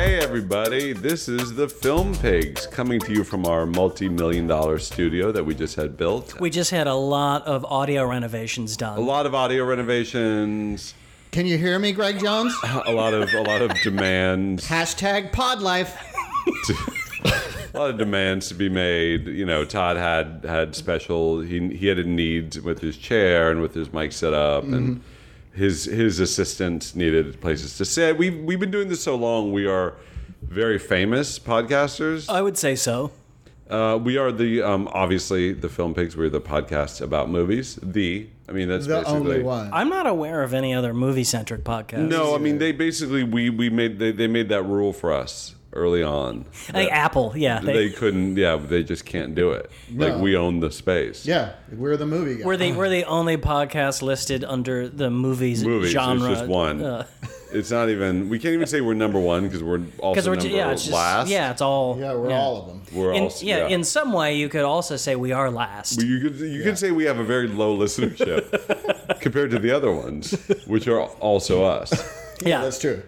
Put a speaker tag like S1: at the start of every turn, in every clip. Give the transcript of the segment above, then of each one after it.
S1: everybody. This is the Film Pigs coming to you from our multi million dollar studio that we just had built.
S2: We just had a lot of audio renovations done.
S1: A lot of audio renovations,
S3: Can you hear me, Greg Jones?
S1: a lot of a lot of demands,
S3: Hashtag pod life.
S1: a lot of demands to be made. You know, Todd had had special he he had a need with his chair and with his mic set up and his his assistant needed places to sit. We have we've been doing this so long we are very famous podcasters.
S2: I would say so.
S1: Uh, we are the um, obviously the film pigs. We're the podcast about movies. The I mean that's
S3: The
S1: basically
S3: only one.
S2: I'm not aware of any other movie centric podcast.
S1: No, I mean they basically we we made they, they made that rule for us early on.
S2: I think Apple, yeah. They,
S1: They couldn't. Yeah, they just can't do it. Like
S3: No.
S1: we own the space.
S3: Yeah, we're the movie guy.
S2: we're the we're the only podcast listed under the movies,
S1: movies.
S2: genre. Uh.
S1: It's just one. It's not even. We can't even say we're number one because we're
S2: Because
S1: also
S2: we're
S1: number
S2: ju- yeah, it's just
S1: last.
S2: yeah, it's all
S3: yeah, we're all of them.
S1: we're
S2: In,
S1: also
S2: yeah, in some way you could also say we are last.
S1: you could you could say we have a very low listenership compared to the other ones, which are also us.
S2: yeah,
S3: That's true.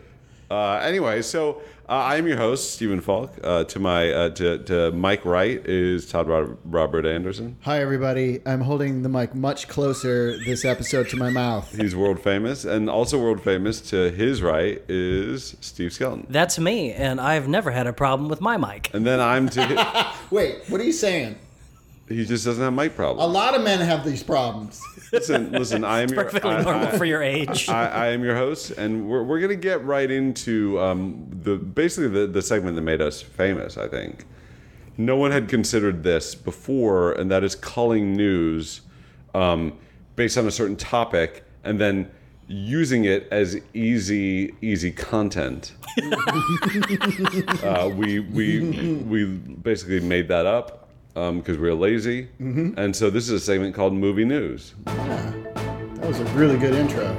S1: Uh, anyway, so uh, I am your host, Stephen Falk. Uh, to my uh, to, to Mike Wright is Todd Robert, Robert Anderson.
S3: Hi, everybody. I'm holding the mic much closer this episode to my mouth.
S1: He's world famous, and also world famous. To his right is Steve Skelton,
S2: that's me, and I've never had a problem with my mic.
S1: and then I'm to.
S3: Wait, what are you saying?
S1: he just doesn't have mic
S3: A
S1: problems.
S3: lot of men have these problems.
S1: Listen, listen. I am your,
S2: Perfectly
S1: I-
S2: normal
S1: I-
S2: for your age.
S1: I, I am your host, and we're, we're gonna get right into um, the basically the, the segment that made us famous. I think no one had considered this before, and that is culling news um, based on a certain topic, and then using it as easy easy content. uh, we we we basically made that up because we were lazy, and so this is a segment called Movie News.
S3: That was a really good intro.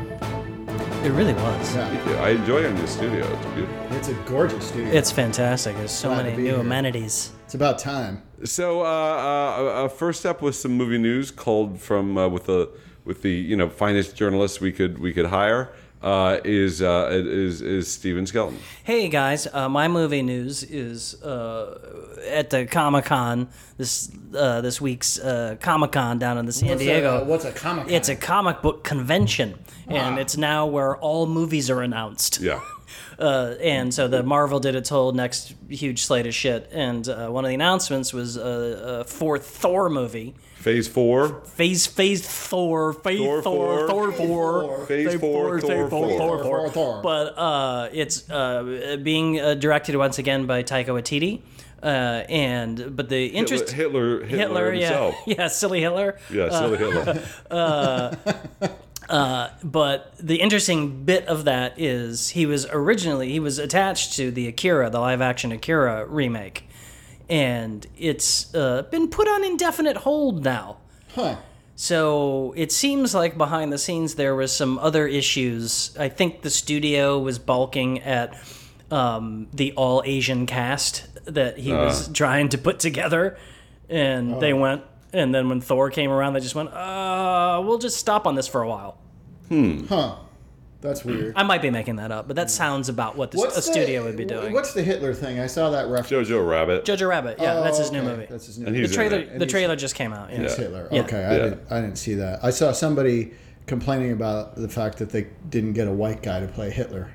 S2: it really was.
S3: Yeah.
S1: Thank you. I enjoy our new studio. It's beautiful.
S3: It's a gorgeous studio.
S2: It's fantastic. There's so
S3: Glad to
S2: many
S3: be
S2: new
S3: here.
S2: amenities.
S3: It's about time.
S1: So uh, uh, uh, first up was some movie news called from uh, with the with the you know finest journalist we could we could hire uh, is uh, is is Steven Skelton.
S2: Hey guys, uh, my movie news is uh, at the Comic Con this uh, this week's uh, Comic Con down in the San Diego.
S3: What's a, what's a comic?
S2: it's a comic book convention, and it's now where all movies are announced.
S1: Yeah,
S2: Uh, and so the Marvel did its whole next huge slate of shit, and uh, one of the announcements was uh, a fourth Thor movie.
S1: Phase Four.
S2: Phase Phase Thor, Phase
S1: Thor
S2: Thor,
S1: four.
S2: Thor, Thor four,
S3: Phase
S1: Phase four, Thor
S2: Phase
S1: four.
S3: Thor, Thor, Thor.
S2: But uh, it's uh, being uh, directed once again by Taika Waititi, uh, and but the
S1: Hitler,
S2: interest
S1: Hitler, Hitler himself.
S2: yeah, Uh. yeah, silly Hitler.
S1: Yeah, silly Hitler.
S2: But the interesting bit of that is he was originally he was attached to the Akira, the live action Akira remake, and it's uh, been put on indefinite hold now.
S3: Huh.
S2: So it seems like behind the scenes there was some other issues. I think the studio was balking at um, the all Asian cast that he was
S3: Uh.
S2: trying to put together, and they went. And then when Thor came around, they just went, "Uh, we'll just stop on this for a while."
S3: Huh. That's weird.
S2: I might be making that up, but that sounds about what this, a
S3: the-
S2: studio would be doing.
S3: What's the Hitler thing? I saw that reference.
S1: Jojo Rabbit.
S2: Jojo Rabbit? Yeah, that's his
S3: Oh, Okay,
S2: new movie.
S3: That's his new
S1: And
S3: movie.
S2: the
S1: he's in
S2: trailer,
S1: it.
S2: the trailer just came out. Yeah.
S3: It's Hitler.
S2: Yeah.
S3: Okay, I,
S1: Yeah.
S3: didn't, I didn't see that. I saw somebody complaining about the fact that they didn't get a white guy to play Hitler,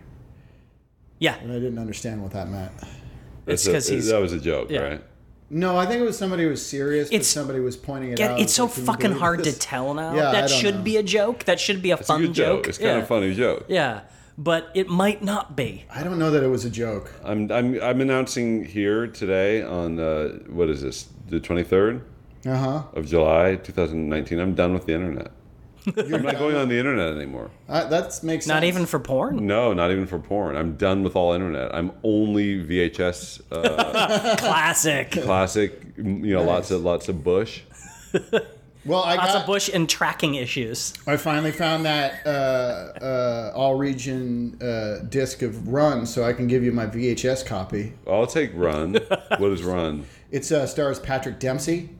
S2: yeah.
S3: and I didn't understand what that meant.
S2: It's
S1: That's a-
S2: 'cause he's-
S1: that was a joke,
S2: yeah.
S1: right?
S3: No, I think it was somebody who was serious, but
S2: It's-
S3: somebody was pointing it
S2: Yeah,
S3: out.
S2: it's so
S3: Uh, Like, can you
S2: fucking
S3: believe
S2: hard
S3: this?
S2: to tell now.
S3: Yeah, I
S2: that
S3: don't
S2: should
S3: know.
S2: be a joke. That should be a
S1: It's a
S2: fun
S1: good joke. It's kind
S2: yeah.
S1: of a funny joke.
S2: Yeah, but it might not be.
S3: I don't know that it was a joke.
S1: I'm I'm I'm announcing here today on uh, what is this the 23rd
S3: Uh huh.
S1: of July 2019. I'm done with the internet. I'm not going on the internet anymore.
S3: That makes
S2: Not
S3: sense.
S2: even for porn.
S1: No, not even for porn. I'm done with all internet. I'm only VHS uh,
S2: Classic.
S1: classic. You know, lots of lots of Bush.
S3: Well, I
S2: Lots
S3: got.
S2: of Bush and tracking issues.
S3: I finally found that uh, uh, all region uh, disc of Run, so I can give you my VHS copy.
S1: I'll take Run. what is Run?
S3: It's uh, stars Patrick Dempsey,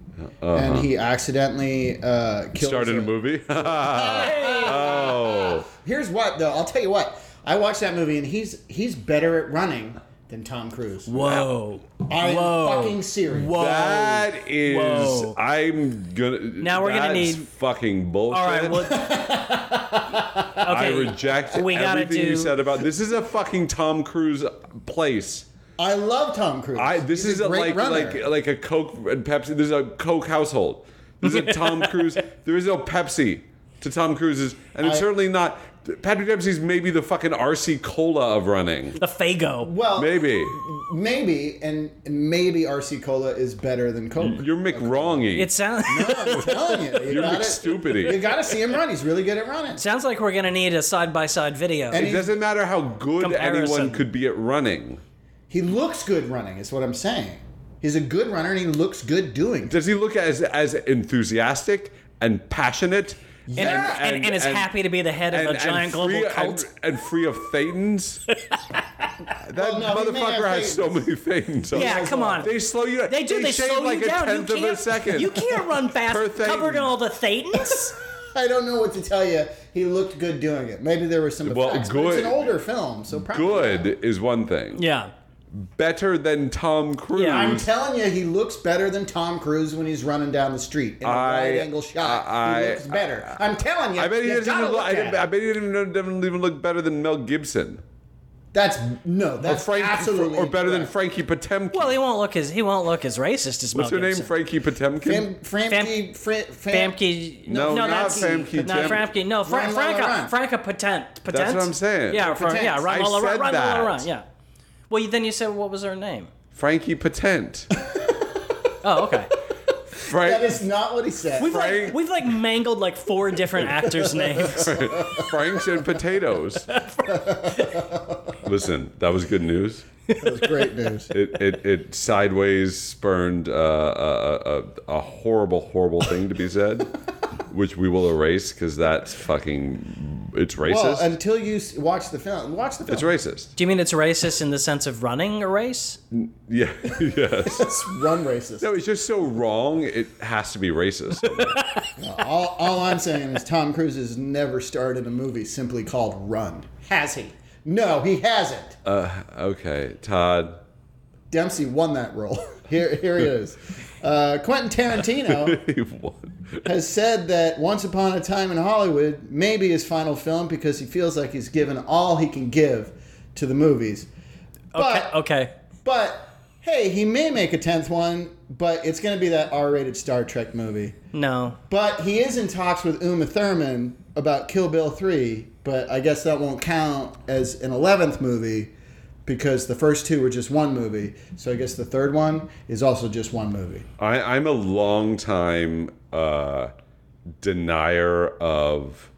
S3: and he accidentally uh, kills
S1: Uh-huh. Started a movie. oh,
S3: Here's what though. I'll tell you what. I watched that movie and he's he's better at running than Tom Cruise.
S2: Whoa.
S3: I'm
S2: Whoa.
S3: fucking serious.
S2: Whoa.
S1: That is,
S2: Whoa.
S1: I'm gonna.
S2: Now we're
S1: that's
S2: gonna need-
S1: fucking bullshit.
S2: All right. Well,
S1: I
S2: okay.
S1: reject
S2: we gotta
S1: everything
S2: do-
S1: you said about this. Is a fucking Tom Cruise place.
S3: I love Tom Cruise.
S1: I this
S3: He's
S1: is
S3: a
S1: a,
S3: great
S1: like
S3: runner.
S1: like like a Coke and Pepsi. There's a Coke household. There's a Tom Cruise. There is no Pepsi to Tom Cruise's, and it's
S3: I-
S1: certainly not. Patrick Dempsey's maybe the fucking RC Cola of running.
S2: the Fago.
S3: well,
S1: Maybe
S3: maybe, and maybe RC Cola is better than Coke.
S1: you're McWrongy.
S2: It sounds
S3: I'm telling you, you
S1: you're
S3: gotta,
S1: McStupidity.
S3: You gotta see him run. He's really good at running.
S2: sounds like we're gonna need a side by side video.
S1: It doesn't matter how good
S2: Comparison.
S1: anyone could be at running.
S3: He looks good running. Is what I'm saying. He's a good runner, and he looks good doing. it.
S1: Does he look as as enthusiastic and passionate and,
S2: and, and, and is happy to be the head of a giant global
S1: free, oh,
S2: cult.
S1: and, and free of thetans? that
S3: Well, no, he may have
S1: motherfucker has so
S3: thetans.
S1: many thetans.
S2: yeah, come on.
S1: oh, They slow you down.
S2: They do. They,
S1: shave
S2: slow
S1: like
S2: you down.
S1: a tenth
S2: you
S1: of
S2: can't.
S1: a second.
S2: You can't run fast
S1: per thetan.
S2: covered in all the thetans.
S3: I don't know what to tell you. He looked good doing it. Maybe there was some
S1: Well,
S3: effects. but
S1: good-
S3: it's an older film, so probably
S1: Good is one thing.
S2: yeah.
S1: Better than Tom Cruise.
S2: Yeah,
S3: I'm telling you, he looks better than Tom Cruise when he's running down the street in a
S1: I-
S3: wide angle shot.
S1: I-
S3: he looks better. I, am telling you.
S1: I bet he
S3: you
S1: doesn't
S3: gotta
S1: even look,
S3: look
S1: I,
S3: at
S1: I
S3: it.
S1: bet he didn't, even- didn't even look better than Mel Gibson.
S3: That's no. That's
S1: Frank,
S3: absolutely
S1: or better than
S3: incorrect.
S1: Frankie Potemkin.
S2: Well, he won't look as he won't look as racist as
S1: What's her
S2: Mel
S1: name?
S2: Gibson.
S1: Frankie Potemkin.
S3: Fram, Framke, Fram, Fram,
S2: Famke.
S1: No, not
S2: that's
S1: Famke
S2: Not
S1: Tam-
S2: Famke. No, Fra-
S3: Run, Lola,
S2: Franca.
S3: Run.
S2: Franca uh, Patent. Patent.
S1: what I'm saying.
S2: Yeah, Fra-
S3: Patent.
S2: yeah. Run,
S1: I
S2: Lola, run,
S1: said
S2: run, Lola,
S1: that.
S2: run. Yeah. Well, you- then you said what was her name?
S1: Frankie Patent.
S2: Oh, okay.
S3: That
S1: Frank,
S3: is not what he said.
S2: We've like
S1: Frank-
S2: we've like mangled like four different actors' names.
S1: Franks and potatoes. Listen, that was good news.
S3: That was great news.
S1: It it, it sideways spurned uh, a, a, a horrible horrible thing to be said, which we will erase because that's fucking it's racist.
S3: Well, until you s- watch the film, watch the film.
S1: it's racist.
S2: Do you mean it's racist in the sense of running a race?
S1: Yeah. yes.
S3: It's run racist.
S1: No, it's just so wrong. It has to be racist.
S3: All, all I'm saying is Tom Cruise has never starred in a movie simply called Run.
S2: Has he?
S3: No, he hasn't.
S1: Uh, Okay, Todd.
S3: Dempsey won that role. Here, here it is. Uh, Quentin Tarantino
S1: What?
S3: has said that Once Upon a Time in Hollywood may be his final film because he feels like he's given all he can give to the movies. But,
S2: Okay. okay.
S3: but hey, he may make a 10th one, but it's going to be that R rated Star Trek movie.
S2: No.
S3: But he is in talks with Uma Thurman about Kill Bill 3, but I guess that won't count as an 11th movie because the first two were just one movie. So I guess the third one is also just one movie.
S1: I, I'm a long time uh, denier of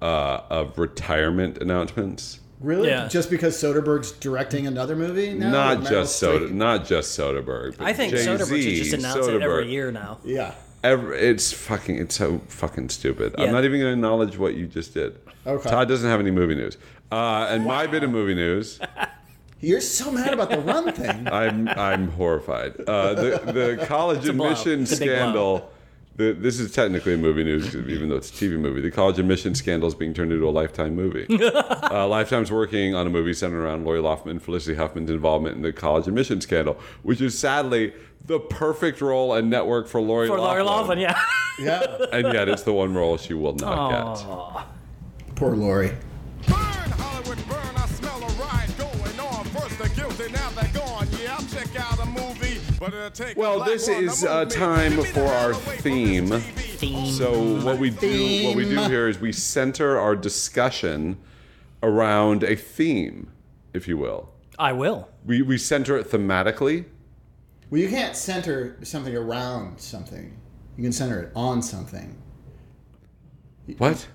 S1: uh, of retirement announcements.
S3: Really?
S2: Yeah.
S3: Just because Soderbergh's directing another movie? now?
S1: not
S3: Meryl
S1: just
S3: Streep?
S1: Soder, not just Soderbergh. But
S2: I think
S1: Jay-Z,
S2: Soderbergh should just announce it
S1: Soderbergh.
S2: every year now.
S3: Yeah.
S1: Every- it's fucking. It's so fucking stupid.
S2: Yeah.
S1: I'm not even going to acknowledge what you just did.
S3: Okay.
S1: Todd doesn't have any movie news. Uh, and my bit of movie news.
S3: You're so mad about the run thing.
S1: I'm I'm horrified. Uh, the the college
S2: blow.
S1: admission
S2: It's a big blow.
S1: scandal. The, this is technically a movie news, even though it's a TV movie. The college admission scandal is being turned into a Lifetime movie. uh, Lifetime's working on a movie centered around Lori Loughlin and Felicity Huffman's involvement in the college admission scandal, which is sadly the perfect role and network for Lori
S2: For Laurie Loughlin, yeah.
S3: yeah.
S1: And yet, it's the one role she will not
S2: Aw.
S3: Poor Lori.
S4: Burn, Hollywood, burn. I smell a riot going on. First the guilty, now they're gone. Yeah, I'll check out a movie, but it'll take. a
S1: Well,
S4: black
S1: this
S4: one to
S1: is,
S4: move
S1: uh,
S4: me.
S1: time
S4: Give me the
S1: for
S4: hell
S1: our
S4: away from this
S1: theme.
S4: TV.
S1: get. So what we do what we do
S3: Theme.
S1: here is we center our discussion around a theme, if you will.
S2: I will.
S1: we, we center it thematically.
S3: Well, you can't center something around something, you can center it on something.
S1: What?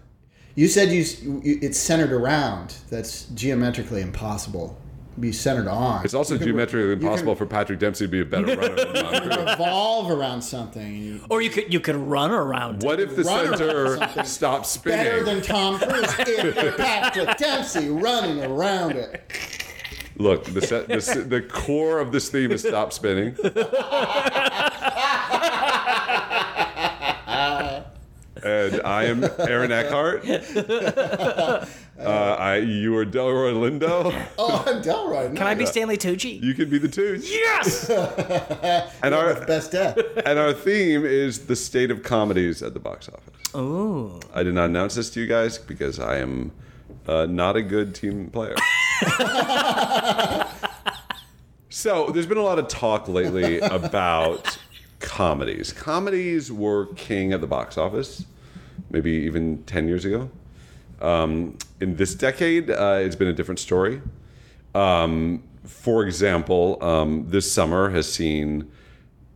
S3: You said you, you it's centered around. That's geometrically impossible. Be centered on.
S1: It's also geometrically impossible for Patrick Dempsey to be a better runner than Tom Cruise.
S3: revolve around something. and you-
S2: Or you could you could run around.
S1: What if the
S3: Runner or
S1: center
S3: something.
S1: stops spinning?
S3: Better than Tom Cruise if Patrick Dempsey running around it.
S1: Look, the, se- the, se- the core of this theme is stop spinning. and I am Aaron Eckhart. Uh, I, you are Delroy Lindo.
S3: Oh, I'm Delroy.
S2: Can I be Stanley Tucci?
S1: You could be the Tooch.
S2: yes.
S1: And our
S3: best death?
S1: and our theme is the state of comedies at the box office.
S2: Ooh.
S1: I did not announce this to you guys because I am uh, not a good team player. so there's been a lot of talk lately about comedies. Comedies were king at the box office, maybe even 10 years ago. Um, in this decade, uh, it's been a different story. Um, for example, um, this summer has seen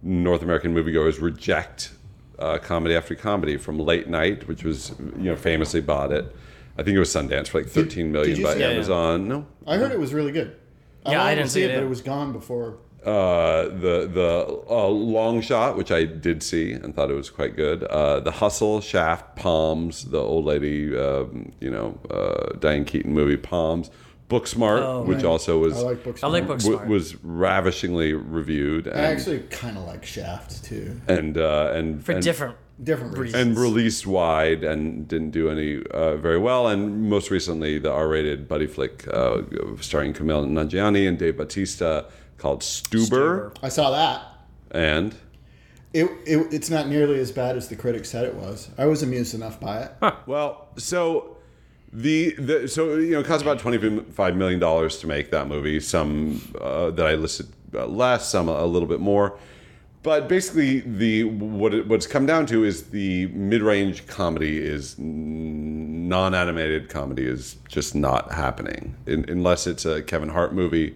S1: North American moviegoers reject uh, comedy after comedy from Late Night, which was you know famously bought it. I think it was Sundance for like 13 million
S3: did you
S1: by
S3: see- Yeah,
S2: yeah.
S1: Amazon. No,
S3: I heard it was really good.
S2: Yeah, I
S3: wanted
S2: didn't
S3: to
S2: see
S3: it,
S2: it.
S3: but it was gone before.
S1: Uh, the the uh, long shot, which I did see and thought it was quite good. Uh, the hustle, Shaft, Palms, the old lady, um, you know, uh, Diane Keaton movie, Palms, Booksmart,
S2: Oh,
S1: which
S3: right.
S1: also was
S3: I like books.
S2: I like books.
S1: w- was ravishingly reviewed and
S3: I actually kind of like Shaft too.
S1: and uh, and
S2: for
S1: and,
S2: different.
S3: Different reasons.
S1: and released wide and didn't do any uh, very well. And most recently, the R-rated buddy flick uh, starring Camille Nanjiani and Dave Bautista called Stuber.
S3: I saw that.
S1: and
S3: It, it, it's not nearly as bad as the critics said it was. I was amused enough by it.
S1: Well, so the, the so you know it cost about twenty five million dollars to make that movie. Some uh, that I listed uh, less, some a little bit more. But basically, the what it, what's come down to is the mid range comedy is non animated comedy is just not happening in, unless it's a Kevin Hart movie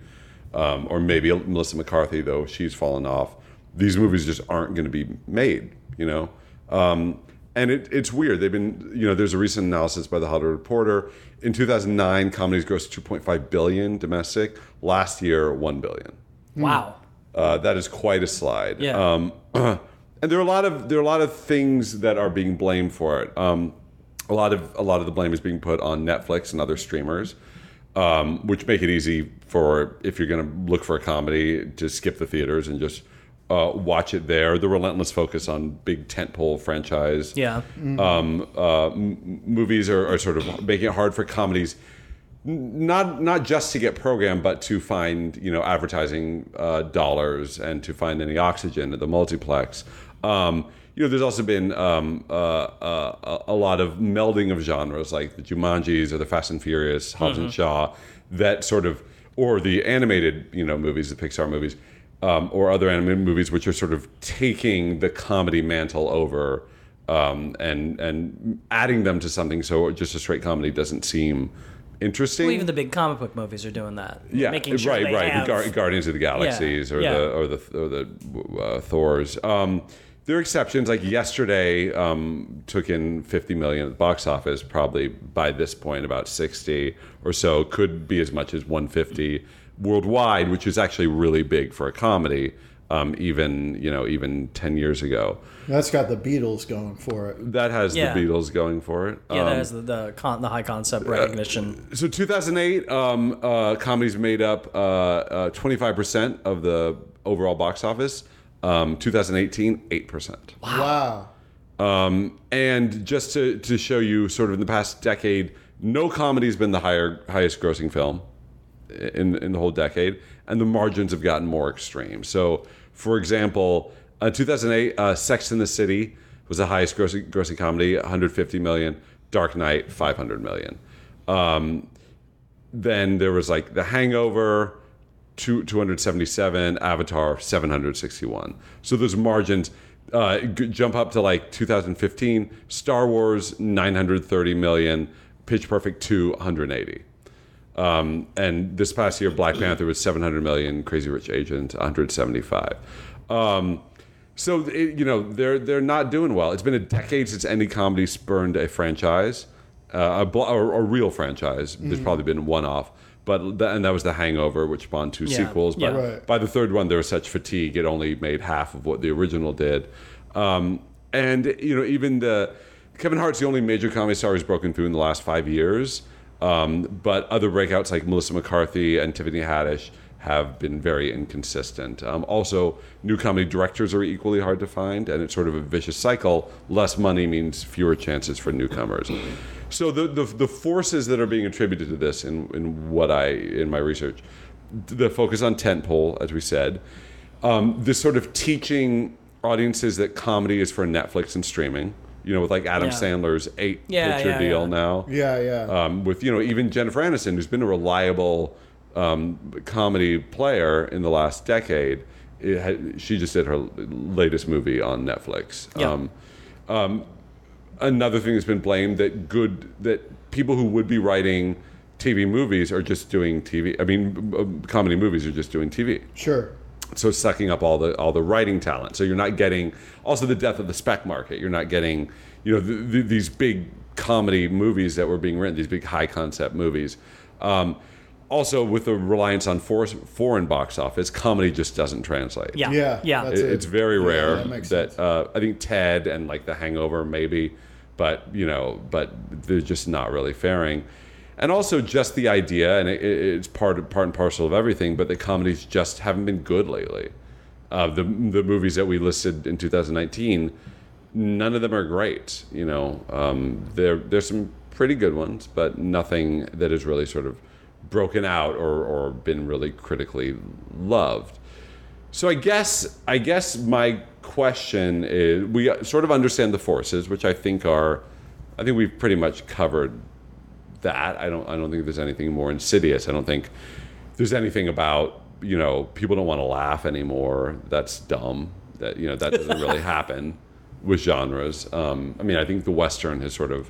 S1: um, or maybe Melissa McCarthy though she's fallen off. These movies just aren't going to be made, you know. Um, and it, it's weird. They've been, you know, there's a recent analysis by the Hollywood Reporter. In 2009, comedies grossed 2.5 billion domestic. Last year, 1 billion.
S2: Wow.
S1: Uh, that is quite a slide.
S2: Yeah.
S1: Um, and there are a lot of there are a lot of things that are being blamed for it. Um, a lot of a lot of the blame is being put on Netflix and other streamers, um, which make it easy for if you're going to look for a comedy to skip the theaters and just uh, watch it there. The relentless focus on big tentpole franchise
S2: Yeah.
S1: um, uh, m- movies are, are sort of making it hard for comedies n- not not just to get programmed but to find you know advertising uh, dollars and to find any oxygen at the multiplex um, you know there's also been um, uh, uh, a a lot of melding of genres like the jumanjis or the fast and furious hobbs and shaw that sort of or the animated you know movies the pixar movies um, or other animated movies which are sort of taking the comedy mantle over um, and and adding them to something so just a straight comedy doesn't seem interesting.
S2: Well, even the big comic book movies are doing that.
S1: yeah,
S2: Making sure
S1: right,
S2: they
S1: right.
S2: Have,
S1: The Gar- Guardians of the Galaxies or,
S2: yeah.
S1: The, or the or the uh, Thors. Um, there are exceptions. Like yesterday, um, took in fifty million at the box office. Probably by this point, about sixty or so could be as much as one fifty worldwide, which is actually really big for a comedy. Um, even you know, even ten years ago,
S3: That's got the Beatles going for it.
S1: that has
S2: Yeah.
S1: the Beatles going for it.
S2: yeah, that is the the, con- the high
S1: uh,
S2: concept recognition.
S1: so 2008 um, uh, comedies made up uh, uh, 25% of the overall box office um, 2018 8%
S3: Wow.
S1: um, and just to, to show you sort of in the past decade no comedy has been the higher highest grossing film in, in the whole decade and the margins have gotten more extreme so for example uh, 2008 uh, sex in the city was the highest grossing, grossing comedy 150 million dark knight 500 million um, then there was like The Hangover, two, 277, Avatar, 761. So those margins uh, g- jump up to like 2015, Star Wars, 930 million, Pitch Perfect 2, 180. Um, and this past year, Black Panther was 700 million, Crazy Rich Agent, 175. Um, so it, you know they're they're not doing well. It's been a decade since any comedy spurned a franchise, uh, a, bl- or a real franchise.
S2: Mm-hmm.
S1: There's probably been one off, but th- and that was The Hangover, which spawned two
S2: Yeah.
S1: sequels. But
S2: Yeah.
S3: Right.
S1: by the third one, there was such fatigue it only made half of what the original did. Um, and you know even the Kevin Hart's the only major comedy star who's broken through in the last five years. Um, but other breakouts like Melissa McCarthy and Tiffany Haddish have been very inconsistent. Um, also, new comedy directors are equally hard to find, and it's sort of a vicious cycle. Less money means fewer chances for newcomers. So the the, the forces that are being attributed to this, in in what I in my research, the focus on tentpole, as we said, um, this sort of teaching audiences that comedy is for Netflix and streaming. You know, with like Adam
S2: Yeah.
S1: Sandler's eight
S2: Yeah,
S1: picture
S2: yeah,
S1: deal
S2: yeah.
S1: now
S3: Yeah, yeah.
S2: Uh.
S1: um, with you know even Jennifer Aniston, who's been a reliable um, comedy player in the last decade. It had, she just did her latest movie on Netflix.
S2: Yeah.
S1: Um, another thing that's been blamed that good that people who would be writing TV movies are just doing TV. I mean, um, comedy movies are just doing TV
S3: sure.
S1: so it's sucking up all the all the writing talent. So you're not getting also the death of the spec market. You're not getting you know th- th- these big comedy movies that were being written, these big high concept movies. Um, also, with the reliance on for- foreign box office, comedy just doesn't translate.
S2: Yeah.
S3: Yeah,
S2: Yeah.
S3: that's
S1: It- it's very
S3: Yeah,
S1: rare
S3: that makes
S1: that
S3: sense.
S1: uh, I think Ted and like The Hangover maybe, but you know, but they're just not really faring. And also just the idea, and it, it- it's part part and parcel of everything. But the comedies just haven't been good lately. Uh, the the movies that we listed in 2019, none of them are great. You know, um, there there's some pretty good ones, but nothing that is really sort of broken out or or been really critically loved. So I guess I guess my question is we sort of understand the forces, which I think are, I think we've pretty much covered that. I don't I don't think there's anything more insidious. I don't think there's anything about you know people don't want to laugh anymore. That's dumb. That you know that doesn't really happen with genres. Um, I mean I think the western has sort of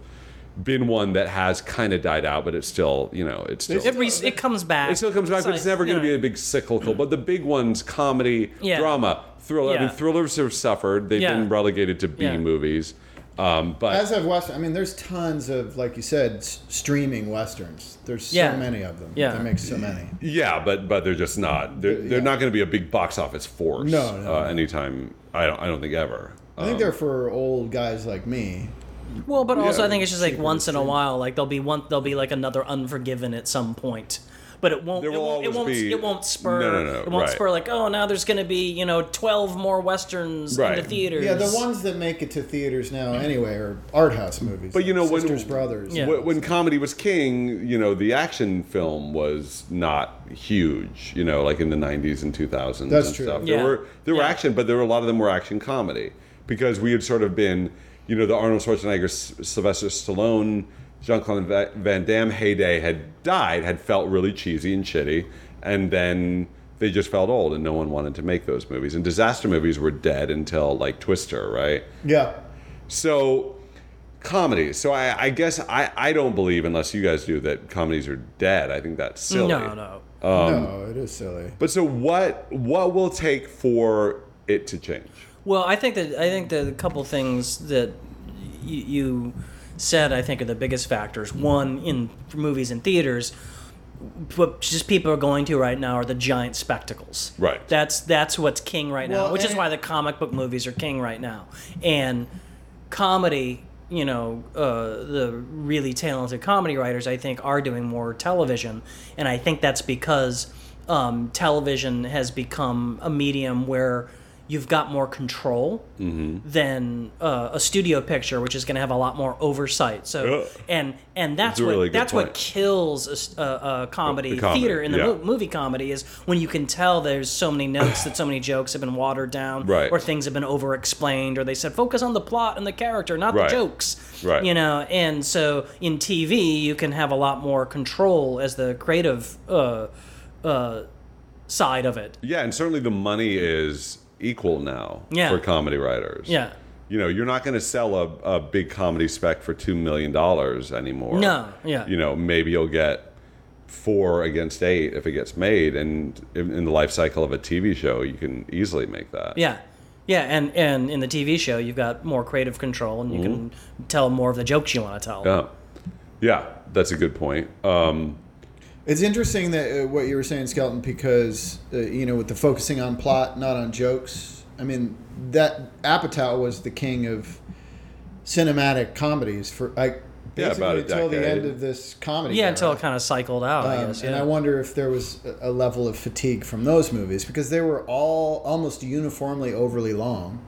S1: been one that has kind of died out, but it's still you know it's still
S2: It, re- it comes back.
S1: it still comes back, but it's
S2: like,
S1: never going to be
S2: you know,
S1: a big cyclical. But the big ones, comedy,
S2: Yeah.
S1: drama, thriller. I mean,
S2: Yeah.
S1: thrillers have suffered. They've
S2: Yeah.
S1: been relegated to B
S2: Yeah.
S1: movies. Um, but
S3: As I've watched, I mean, there's tons of, like you said, s- streaming westerns. There's so
S2: Yeah.
S3: many of them.
S2: Yeah.
S3: They make so many.
S1: yeah, but but they're just not. They're, they're not going to be a big box office force.
S3: No, no,
S1: uh,
S3: no.
S1: Anytime. I don't. I don't think ever.
S3: I
S2: Um,
S3: think they're for old guys like me.
S2: Well, but also
S1: Yeah.
S2: I think it's just like once in a while, like there'll be one, there'll be like another Unforgiven at some point, but it won't.
S1: There
S2: It
S1: will
S2: won't,
S1: always
S2: it won't.
S1: be-
S2: It won't spur.
S1: No, no, no,
S2: It won't
S1: right.
S2: spur like oh now there's going to be you know twelve more westerns
S1: Right.
S2: in the theaters.
S3: Yeah, the ones that make it to theaters now, anyway, are art house movies.
S1: But you know, when-
S3: Sisters Brothers.
S2: Yeah.
S1: Wh- when comedy was king, you know, the action film was not huge, you know, like in the 90s and 2000s
S3: That's
S1: and
S3: true.
S1: stuff.
S2: Yeah.
S1: There were there were
S2: Yeah.
S1: action, but there were a lot of them were action comedy because we had sort of been, you know, the Arnold Schwarzenegger, S- Sylvester Stallone, Jean-Claude Va- Van Damme heyday had died, had felt really cheesy and shitty, and then they just felt old and no one wanted to make those movies. And disaster movies were dead until like Twister, right?
S3: Yeah.
S1: So comedy. So I, I guess I, I don't believe unless you guys do that comedies are dead. I think that's silly.
S2: no, no.
S1: Um,
S3: no, it is silly.
S1: But so what what will take for it to change?
S2: Well, I think that I think that a couple things that you, you said I think are the biggest factors. One in movies and theaters, what just people are going to right now are the giant spectacles.
S1: Right.
S2: That's that's what's king right now,
S3: Well,
S2: which is
S3: and-
S2: why the comic book movies are king right now, and comedy. You know, uh, the really talented comedy writers, I think, are doing more television, and I think that's because um, television has become a medium where you've got more control
S1: Mm-hmm.
S2: than uh, a studio picture, which is going to have a lot more oversight. So,
S1: Yeah.
S2: and and that's
S1: a
S2: what
S1: really good
S2: that's
S1: point.
S2: what kills a s- a, a comedy,
S1: A comedy,
S2: theater in the
S1: yeah.
S2: mo- movie comedy is when you can tell there's so many notes that so many jokes have been watered down
S1: Right.
S2: or things have been over explained or they said focus on the plot and the character not
S1: Right.
S2: the jokes
S1: Right.
S2: you know and so in tv you can have a lot more control as the creative uh, uh, side of it
S1: Yeah, and certainly the money is equal now
S2: Yeah.
S1: for comedy writers.
S2: yeah
S1: You know, you're not going to sell a, a big comedy spec for $2 million anymore.
S2: No, yeah.
S1: You know, maybe you'll get four against eight if it gets made. And in, in the life cycle of a TV show, you can easily make that.
S2: yeah yeah and, and in the tv show you've got more creative control and you
S1: Mm-hmm.
S2: can tell more of the jokes you want to tell
S1: Yeah, Oh. yeah, that's a good point. Um,
S3: It's interesting that uh, what you were saying, Skelton, because uh, you know, with the focusing on plot, not on jokes. I mean, that Apatow was the king of cinematic comedies for I
S1: Yeah,
S3: basically
S1: about a
S3: until the
S1: decade.
S3: end of this comedy.
S2: Yeah, until
S3: era.
S2: it kind of cycled out, I
S3: Um,
S2: guess.
S3: And
S2: yeah.
S3: I wonder if there was a- a level of fatigue from those movies because they were all almost uniformly overly long.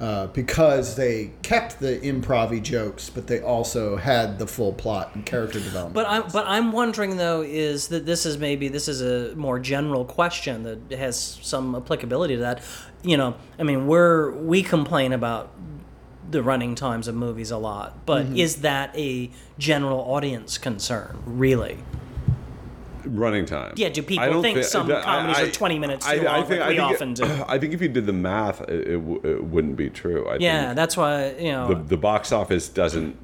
S3: Uh, because they kept the improv jokes, but they also had the full plot and character development.
S2: But I'm but I'm wondering though is that this is maybe this is a more general question that has some applicability to that. You know, I mean, we're we complain about the running times of movies a lot, but
S1: Mm-hmm.
S2: is that a general audience concern really?
S1: running time.
S2: Yeah, do people
S1: I don't
S2: think
S1: thi-
S2: some
S1: that-
S2: comedies are 20 minutes too long, like we
S1: I think
S2: often
S1: it-
S2: do?
S1: I think if you did the math, it, it, w- it wouldn't be true. I
S2: Yeah,
S1: think
S2: that's why you
S1: the,
S2: know.
S1: Mm-hmm. the box office doesn't.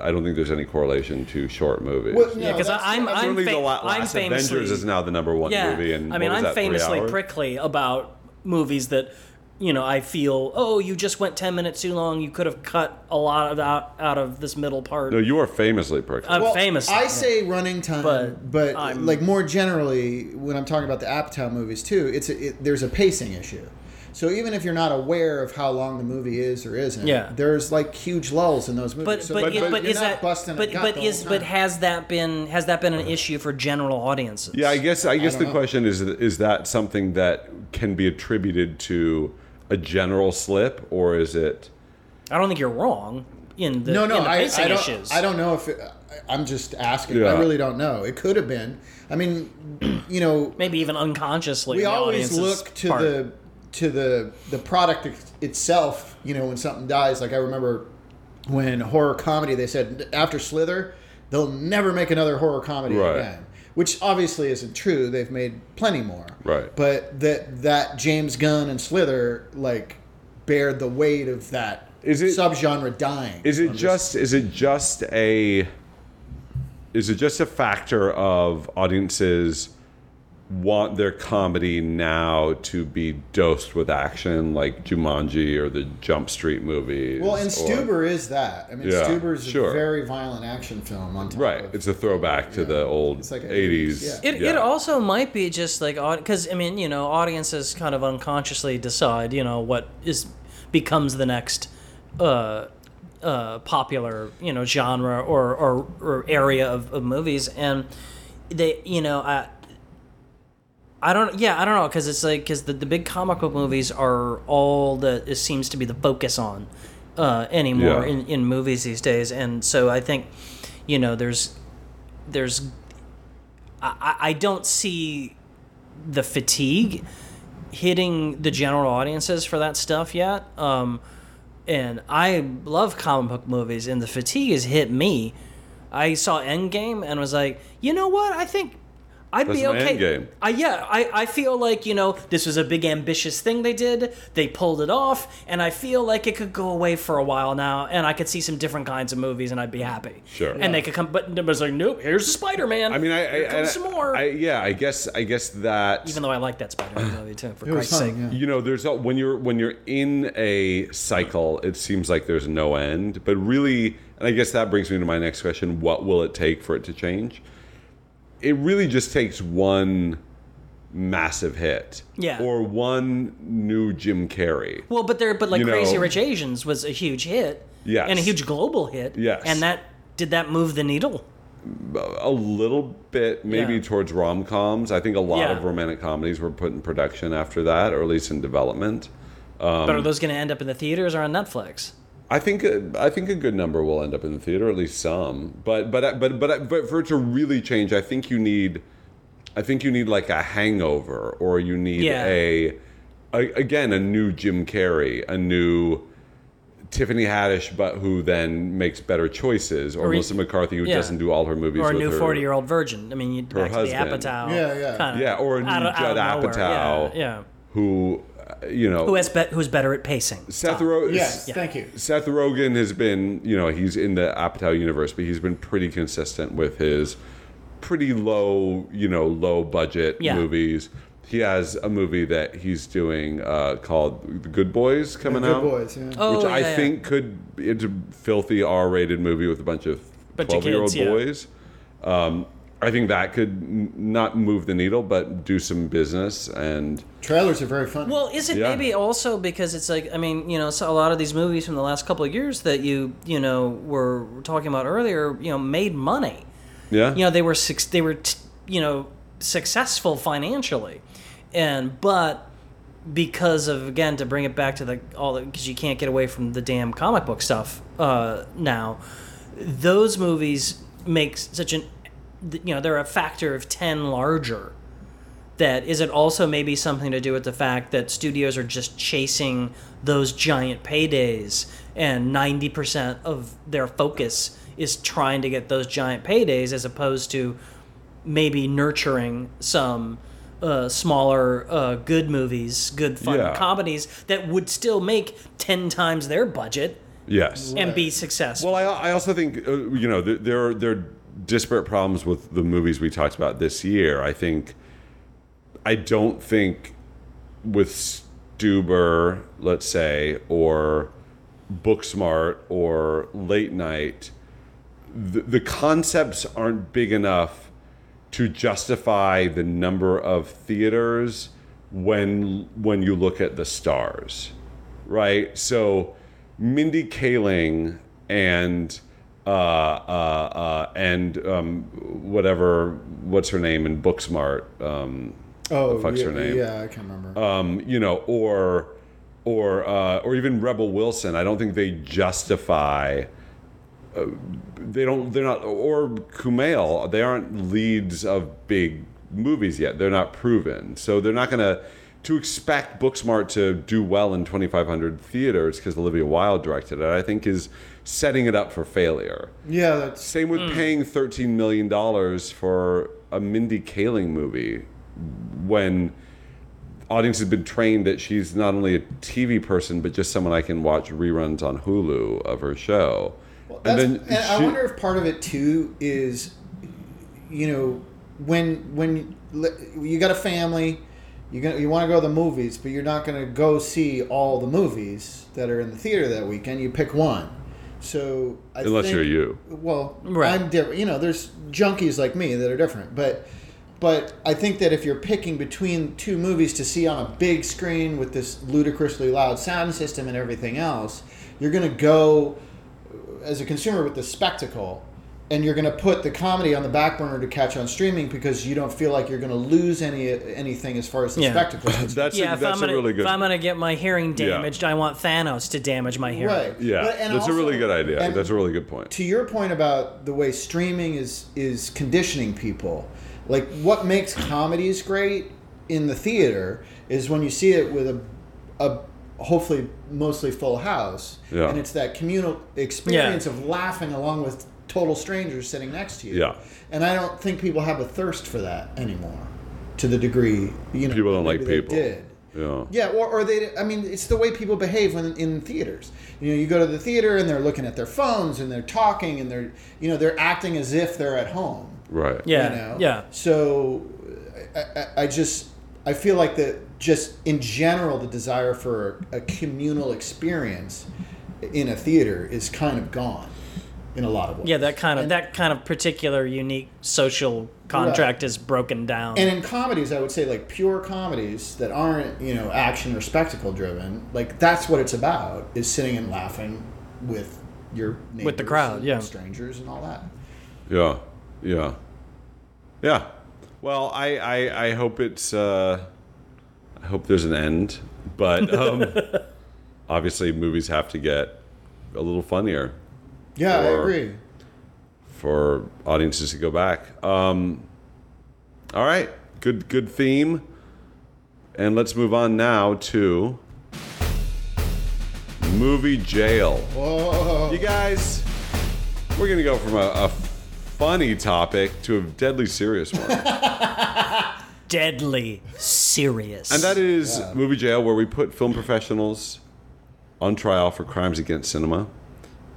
S1: I don't think there's any correlation to short movies.
S3: Well, no,
S2: yeah, because
S3: that's-
S2: I'm I'm,
S1: Certainly,
S2: fa-
S1: the la-
S2: I'm
S1: last
S2: famously
S1: Avengers is now the number one
S2: yeah.
S1: movie, and
S2: I mean,
S1: what was
S2: I'm
S1: that, three
S2: famously
S1: hours?
S2: prickly about movies that you know I feel oh you just went ten minutes too long. You could have cut a lot of out out of this middle part.
S1: No, you are famously prickly.
S2: I'm
S3: Well,
S2: famously.
S3: I say running time,
S2: But
S3: but,
S2: I'm-
S3: like more generally, when I'm talking about the Apatow movies too, it's a, it, there's a pacing issue. So even if you're not aware of how long the movie is or isn't,
S2: Yeah.
S3: there's like huge lulls in those
S2: but
S3: movies.
S2: but
S1: but-
S2: it-
S1: but
S2: but
S1: you're
S2: is
S3: not
S2: that
S3: busting a
S2: but
S3: gut
S2: but
S3: the
S2: is
S3: whole
S2: but
S3: time.
S2: has that been has that been an issue for general audiences?
S1: Yeah, I guess I guess
S3: don't
S1: the
S3: know.
S1: question is is that something that can be attributed to a general slip or is it
S2: I don't think you're wrong in the
S3: no, no,
S2: in the
S3: I,
S2: pacing
S3: I don't.
S2: issues.
S3: I don't know if it, I, I'm just asking.
S1: Yeah.
S3: I really don't know. It could have been. I mean, you know,
S2: Maybe even unconsciously.
S3: we
S2: the
S3: always
S2: audience's
S3: look to
S2: part.
S3: the to the the product ex- itself you know when something dies like i remember when horror comedy they said after slither they'll never make another horror comedy
S1: Right.
S3: again which obviously isn't true they've made plenty more
S1: Right.
S3: but that that james gunn and slither like bear the weight of that
S1: Is it-
S3: subgenre dying
S1: is it
S3: I'm
S1: just is it just a is it just a factor of audiences want their comedy now to be dosed with action like Jumanji or the Jump Street movies?
S3: well and
S1: or-
S3: stuber is that i mean
S1: Yeah,
S3: stuber's
S1: sure.
S3: a very violent action film on top
S1: Right,
S3: of
S1: it's a throwback to the old
S3: It's like
S1: 80s.
S3: 80s, yeah.
S2: It, it also might be just like because I mean you know audiences kind of unconsciously decide you know what is becomes the next uh, uh, popular you know genre or or, or area of, of movies and they you know I I don't yeah I don't know because it's like because the, the big comic book movies are all that it seems to be the focus on uh, anymore
S1: Yeah.
S2: in, in movies these days and so I think you know there's there's I, I don't see the fatigue hitting the general audiences for that stuff yet. Um, and I love comic book movies, and the fatigue has hit me. I saw Endgame and was like, you know what? I think I'd
S1: That's
S2: be
S1: my
S2: okay.
S1: Endgame.
S2: I, yeah, I, I feel like, you know, this was a big ambitious thing they did. They pulled it off, and I feel like it could go away for a while now, and I could see some different kinds of movies, and I'd be happy.
S1: Sure.
S2: And they could come, but it was like, nope, here's Spider Man.
S1: I mean, I,
S2: Here
S1: I, I
S2: comes some more.
S1: I, yeah, I guess I guess that
S2: Even though I like that Spider-Man movie too, for
S3: it was
S2: Christ's sake.
S3: fun, yeah.
S1: you know there's a, when you're when you're in a cycle it seems like there's no end but really and i guess that brings me to my next question what will it take for it to change it really just takes one massive hit
S2: Yeah.
S1: or one new jim carrey
S2: Well, but there, but like
S1: You know-
S2: Crazy Rich Asians was a huge hit,
S1: Yes.
S2: and a huge global hit,
S1: Yes.
S2: and that did that move the needle?
S1: a little bit maybe
S2: Yeah.
S1: towards rom-coms i think a lot
S2: Yeah.
S1: of romantic comedies were put in production after that or at least in development Um,
S2: but are those going to end up in the theaters or on Netflix?
S1: I think uh, I think a good number will end up in the theater, at least some. But but but but but for it to really change, I think you need, I think you need like a hangover, or you need
S2: Yeah.
S1: a, a again a new Jim Carrey, a new Tiffany Haddish, but who then makes better choices, or,
S2: Or you-
S1: Melissa McCarthy, who
S2: yeah.
S1: doesn't do all her movies
S2: Or a
S1: with
S2: new
S1: her-
S2: forty-year-old virgin? I mean, you back to the
S1: husband.
S2: Apatow,
S3: Yeah, yeah.
S2: kinda,
S1: Yeah, or a new
S2: out of- out
S1: Judd
S2: of nowhere.
S1: Apatow.
S2: yeah, yeah.
S1: who, uh, you know,
S2: Who has bet? Who's better at pacing?
S1: Seth Rogen.
S3: yes thank you
S1: Seth Rogen has been, you know, he's in the Apatow universe, but he's been pretty consistent with his pretty low, you know, low budget
S2: Yeah.
S1: movies. He has a movie that he's doing uh, called The Good Boys coming
S3: good
S1: out,
S3: boys yeah.
S2: Oh,
S1: which I
S2: yeah, yeah.
S1: think could it's a filthy R-rated movie with a bunch of
S2: Bunch of
S1: twelve-year-old
S2: kids, yeah.
S1: boys. Um, I think that could n- not move the needle, but do some business and
S3: Trailers are very fun.
S2: Well, is it
S1: Yeah.
S2: maybe also because it's like I mean, you know, so a lot of these movies from the last couple of years that you you know were talking about earlier, you know, made money.
S1: yeah,
S2: You know, they were suc they were t- you know successful financially, and but because of again to bring it back to the all because you can't get away from the damn comic book stuff uh, now. Those movies make such an you know they're a factor of ten larger that is it also maybe something to do with the fact that studios are just chasing those giant paydays and 90% of their focus is trying to get those giant paydays as opposed to maybe nurturing some uh, smaller uh, good movies good fun
S1: Yeah.
S2: comedies that would still make 10 times their budget
S1: yes.
S2: and be successful
S1: Well, I, I also think uh, you know th- there are, there are disparate problems with the movies we talked about this year. I think I don't think with Stuber, let's say, or Booksmart or Late Night, the, the concepts aren't big enough to justify the number of theaters when when you look at the stars right? So Mindy Kaling and uh, uh, uh, and um, whatever, what's her name in Booksmart? Um,
S3: oh,
S1: the fuck's
S3: yeah,
S1: her name?
S3: Yeah, I can't remember.
S1: um, you know, or or uh, or even Rebel Wilson. I don't think they justify. uh, They don't. They're not. Or Kumail. They aren't leads of big movies yet. They're not proven. So they're not gonna. To expect Booksmart to do well in 2,500 theaters because Olivia Wilde directed it, I think is setting it up for failure.
S3: yeah, that's
S1: Same with
S2: Hmm.
S1: paying thirteen million dollars for a Mindy Kaling movie, when audience has been trained that she's not only a TV person but just someone I can watch reruns on Hulu of her show.
S3: That's, and I
S1: she-
S3: wonder if part of it too is, you know, when when you got a family, you gonna, you want to go to the movies, but you're not going to go see all the movies that are in the theater that weekend. You pick one. So I
S1: Unless
S3: think-
S1: you're you.
S3: well,
S2: Right.
S3: I'm different. You know, there's junkies like me that are different, but. But I think that if you're picking between two movies to see on a big screen with this ludicrously loud sound system and everything else, you're going to go as a consumer with the spectacle and you're going to put the comedy on the back burner to catch on streaming because you don't feel like you're going to lose any anything as far as the
S2: Yeah.
S3: spectacle is concerned.
S1: That's
S2: yeah,
S1: a,
S2: if I'm,
S1: that's a
S2: gonna,
S1: really good.
S2: if I'm gonna get my hearing damaged, I want Thanos to damage my hearing.
S3: right
S1: yeah,
S3: But- and
S1: that's a really
S3: also-
S1: good idea.
S3: and
S1: That's a really good point.
S3: to your point about the way streaming is is conditioning people like what makes comedies great in the theater is when you see it with a, a hopefully mostly full house
S1: Yeah.
S3: and it's that communal experience of laughing along with total strangers sitting next to you
S1: Yeah.
S3: and i don't think people have a thirst for that anymore to the degree you know
S1: People don't like
S3: maybe they
S1: people.
S3: did
S1: Yeah.
S3: yeah, or, or they. I mean, it's the way people behave when in theaters. You know, you go to the theater and they're looking at their phones and they're talking and they're you know they're acting as if they're at home.
S1: Right.
S2: Yeah.
S3: You know?
S2: Yeah.
S3: So, I, I, I just I feel like that just in general the desire for a communal experience in a theater is kind of gone in a lot of ways.
S2: Yeah, that kind of that kind of particular unique social contract is broken down.
S3: And in comedies, I would say like pure comedies that aren't you know action or spectacle driven, like that's what it's about is sitting and laughing with your neighbors
S2: With the crowd,
S3: and
S2: yeah.
S3: strangers and all that.
S1: Yeah, yeah, yeah. Well, I I, I hope it's uh, I hope there's an end, but um, obviously movies have to get a little funnier
S3: Yeah, I
S1: Or-
S3: agree.
S1: for audiences to go back. Um, all right, good good theme, and let's move on now to movie jail.
S3: Oh,
S1: You guys, we're gonna go from a, a funny topic to a deadly serious one.
S2: Deadly serious.
S1: And that is Movie Jail, where we put film professionals on trial for crimes against cinema,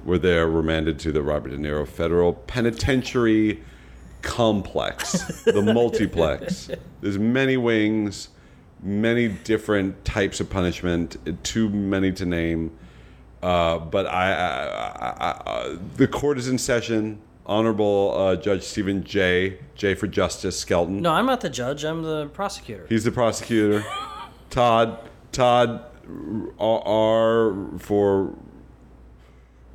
S1: where they're remanded to the Robert De Niro Federal Penitentiary Complex, the multiplex. There's many wings, many different types of punishment, too many to name. Uh, but I, I, I, I, the court is in session. Honorable uh, Judge Stephen J. J for Justice Skelton.
S2: No, I'm not the judge. I'm the prosecutor.
S1: He's the prosecutor. Todd. Todd R R for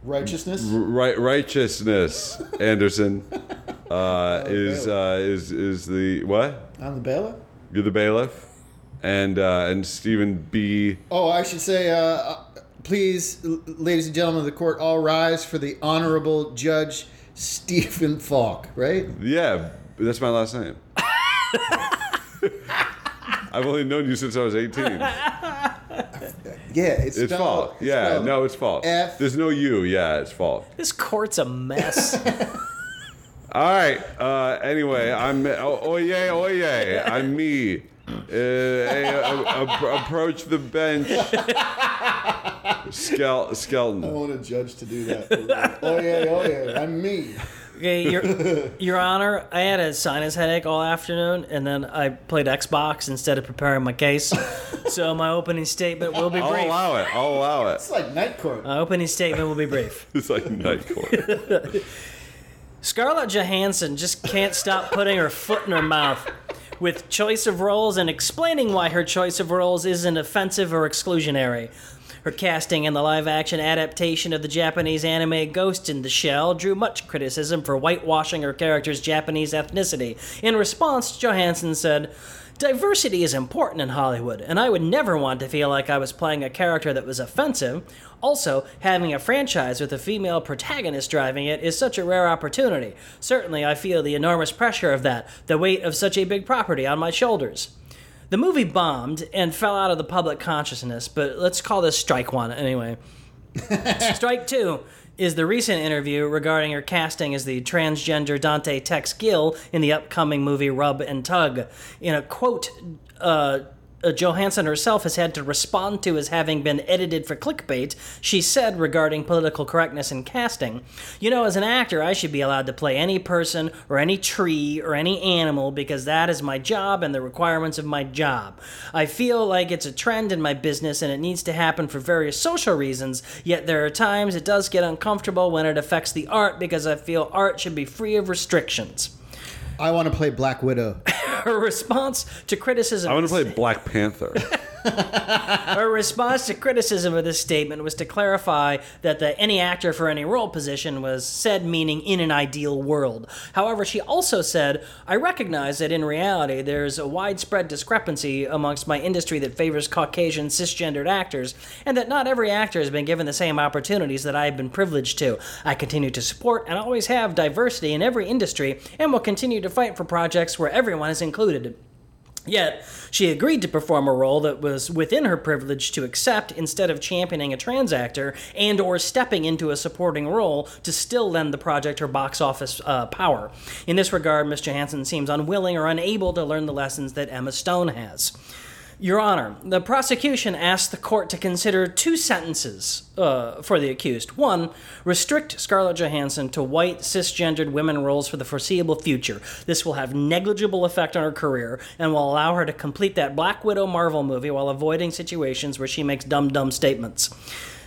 S3: Righteousness.
S1: right, righteousness. Anderson uh, is uh, is is the what?
S3: I'm the bailiff.
S1: You're the bailiff, and uh, and Stephen B.
S3: Oh, I should say, uh, uh, please, l- ladies and gentlemen of the court, all rise for the honorable Judge Stephen Falk. Right?
S1: Yeah, that's my last name. I've only known you since I was 18.
S3: Yeah, it's,
S1: It's
S3: spelled-
S1: fault. Yeah,
S3: spelled
S1: no, it's fault.
S3: F-
S1: There's no you. Yeah, it's fault.
S2: This court's a mess.
S1: All right. Uh, anyway, I'm oh, oye oye. I'm me. Uh, eh, a- a- approach the bench. Skel-
S3: I
S1: skeleton.
S3: want a judge to do that. oh yeah, oh yeah, I'm me.
S2: Okay, Your, Your Honor, I had a sinus headache all afternoon, and then I played Xbox instead of preparing my case. so my opening statement will be brief.
S1: I'll allow it. I'll allow it.
S3: It's like night court.
S2: my opening statement will be brief.
S1: It's like night court.
S2: Scarlett Johansson just can't stop putting her foot in her mouth with choice of roles and explaining why her choice of roles isn't offensive or exclusionary. Her casting in the live action adaptation of the Japanese anime Ghost in the Shell drew much criticism for whitewashing her character's Japanese ethnicity. In response, Johansson said, Diversity is important in Hollywood, and I would never want to feel like I was playing a character that was offensive. Also, having a franchise with a female protagonist driving it is such a rare opportunity. Certainly, I feel the enormous pressure of that, the weight of such a big property on my shoulders. The movie bombed and fell out of the public consciousness, but let's call this strike one anyway. Strike two is the recent interview regarding her casting as the transgender Dante Tex Gill in the upcoming movie Rub and Tug. In a quote, uh, uh, Johansson herself has had to respond to as having been edited for clickbait, she said regarding political correctness in casting, You know, as an actor, I should be allowed to play any person or any tree or any animal because that is my job and the requirements of my job. I feel like it's a trend in my business and it needs to happen for various social reasons, yet there are times it does get uncomfortable when it affects the art because I feel art should be free of restrictions.
S3: I want to play Black Widow.
S2: Her response to criticism
S1: I want to play Black Panther.
S2: Her response to criticism of this statement was to clarify that the any actor for any role position was said meaning in an ideal world. However, she also said, I recognize that in reality there's a widespread discrepancy amongst my industry that favors Caucasian cisgendered actors, and that not every actor has been given the same opportunities that I have been privileged to. I continue to support and always have diversity in every industry and will continue to fight for projects where everyone is included. Yet, she agreed to perform a role that was within her privilege to accept instead of championing a trans actor and or stepping into a supporting role to still lend the project her box office uh, power. In this regard, Ms. Johansson seems unwilling or unable to learn the lessons that Emma Stone has. Your Honor, the prosecution asked the court to consider two sentences uh, for the accused. One, restrict Scarlett Johansson to white, cisgendered women roles for the foreseeable future. This will have negligible effect on her career and will allow her to complete that Black Widow Marvel movie while avoiding situations where she makes dumb, dumb statements.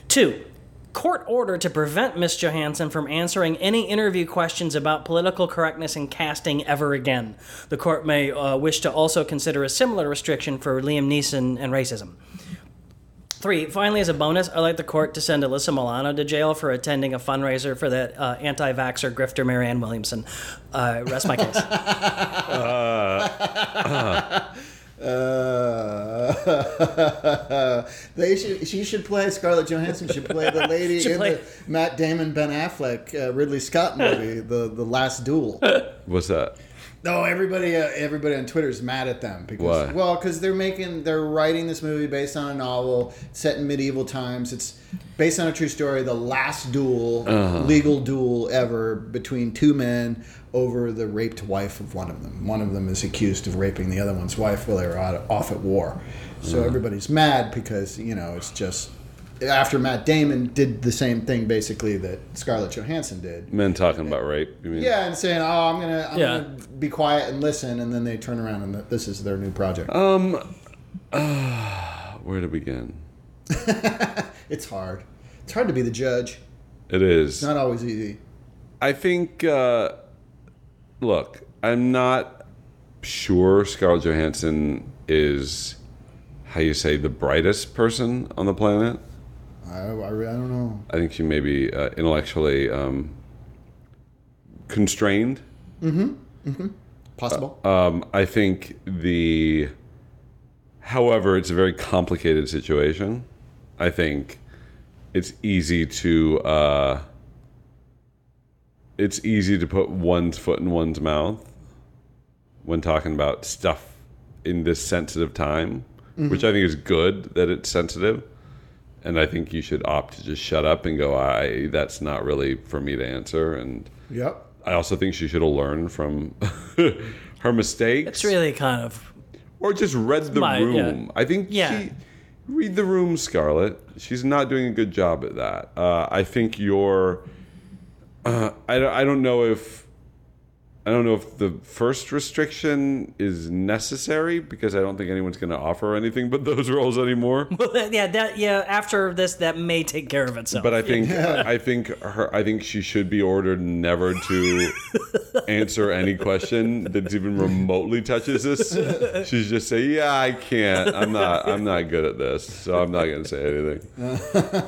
S2: Two, court order to prevent Miss Johansson from answering any interview questions about political correctness in casting ever again. The court may uh, wish to also consider a similar restriction for Liam Neeson and racism. Three, finally, as a bonus, I'd like the court to send Alyssa Milano to jail for attending a fundraiser for that uh, anti vaxxer grifter Marianne Williamson. Uh, rest my case.
S3: Uh, they should. She should play Scarlett Johansson. Should play the lady
S2: Should
S3: in
S2: play-
S3: the Matt Damon, Ben Affleck, uh, Ridley Scott movie, the the Last Duel.
S1: What's that?
S3: No, everybody, uh, everybody on Twitter's mad at them because
S1: Why?
S3: well, because they're making they're writing this movie based on a novel set in medieval times. It's based on a true story, the last duel, legal duel ever between two men over the raped wife of one of them. One of them is accused of raping the other one's wife while they were out, off at war. So everybody's mad because you know it's just after Matt Damon did the same thing basically that Scarlett Johansson did.
S1: Men talking about rape. You mean?
S3: Yeah, and saying, "Oh, I'm gonna, I'm
S2: Yeah.
S3: gonna be quiet and listen," and then they turn around and th- this is their new project.
S1: Oh. Where to begin?
S3: it's hard. It's hard to be the judge.
S1: It is.
S3: Not always easy.
S1: I think. Uh, look, I'm not sure Scarlett Johansson is how you say the brightest person on the planet.
S3: I, I, re- I don't know.
S1: I think she may be uh, intellectually um, constrained.
S3: Possible.
S1: Um, I think the. However, it's a very complicated situation. I think it's easy to. Uh, it's easy to put one's foot in one's mouth when talking about stuff in this sensitive time, which I think is good that it's sensitive. And I think you should opt to just shut up and go, I, that's not really for me to answer. And
S3: yep.
S1: I also think she should have learned from her mistakes
S2: It's really kind of
S1: or just read the
S2: my- yeah.
S1: room. I think
S2: Yeah.
S1: she read the room, Scarlett. She's not doing a good job at that. Uh, I think you're. Uh, I don't. I don't know if. I don't know if the first restriction is necessary because I don't think anyone's going to offer anything but those roles anymore.
S2: well, yeah, that yeah. After this, that may take care of itself.
S1: But I think I think her I think she should be ordered never to answer any question that even remotely touches this. She should just say, "Yeah, I can't. I'm not. I'm not good at this, so I'm not going to say anything."
S2: I
S3: uh,
S2: think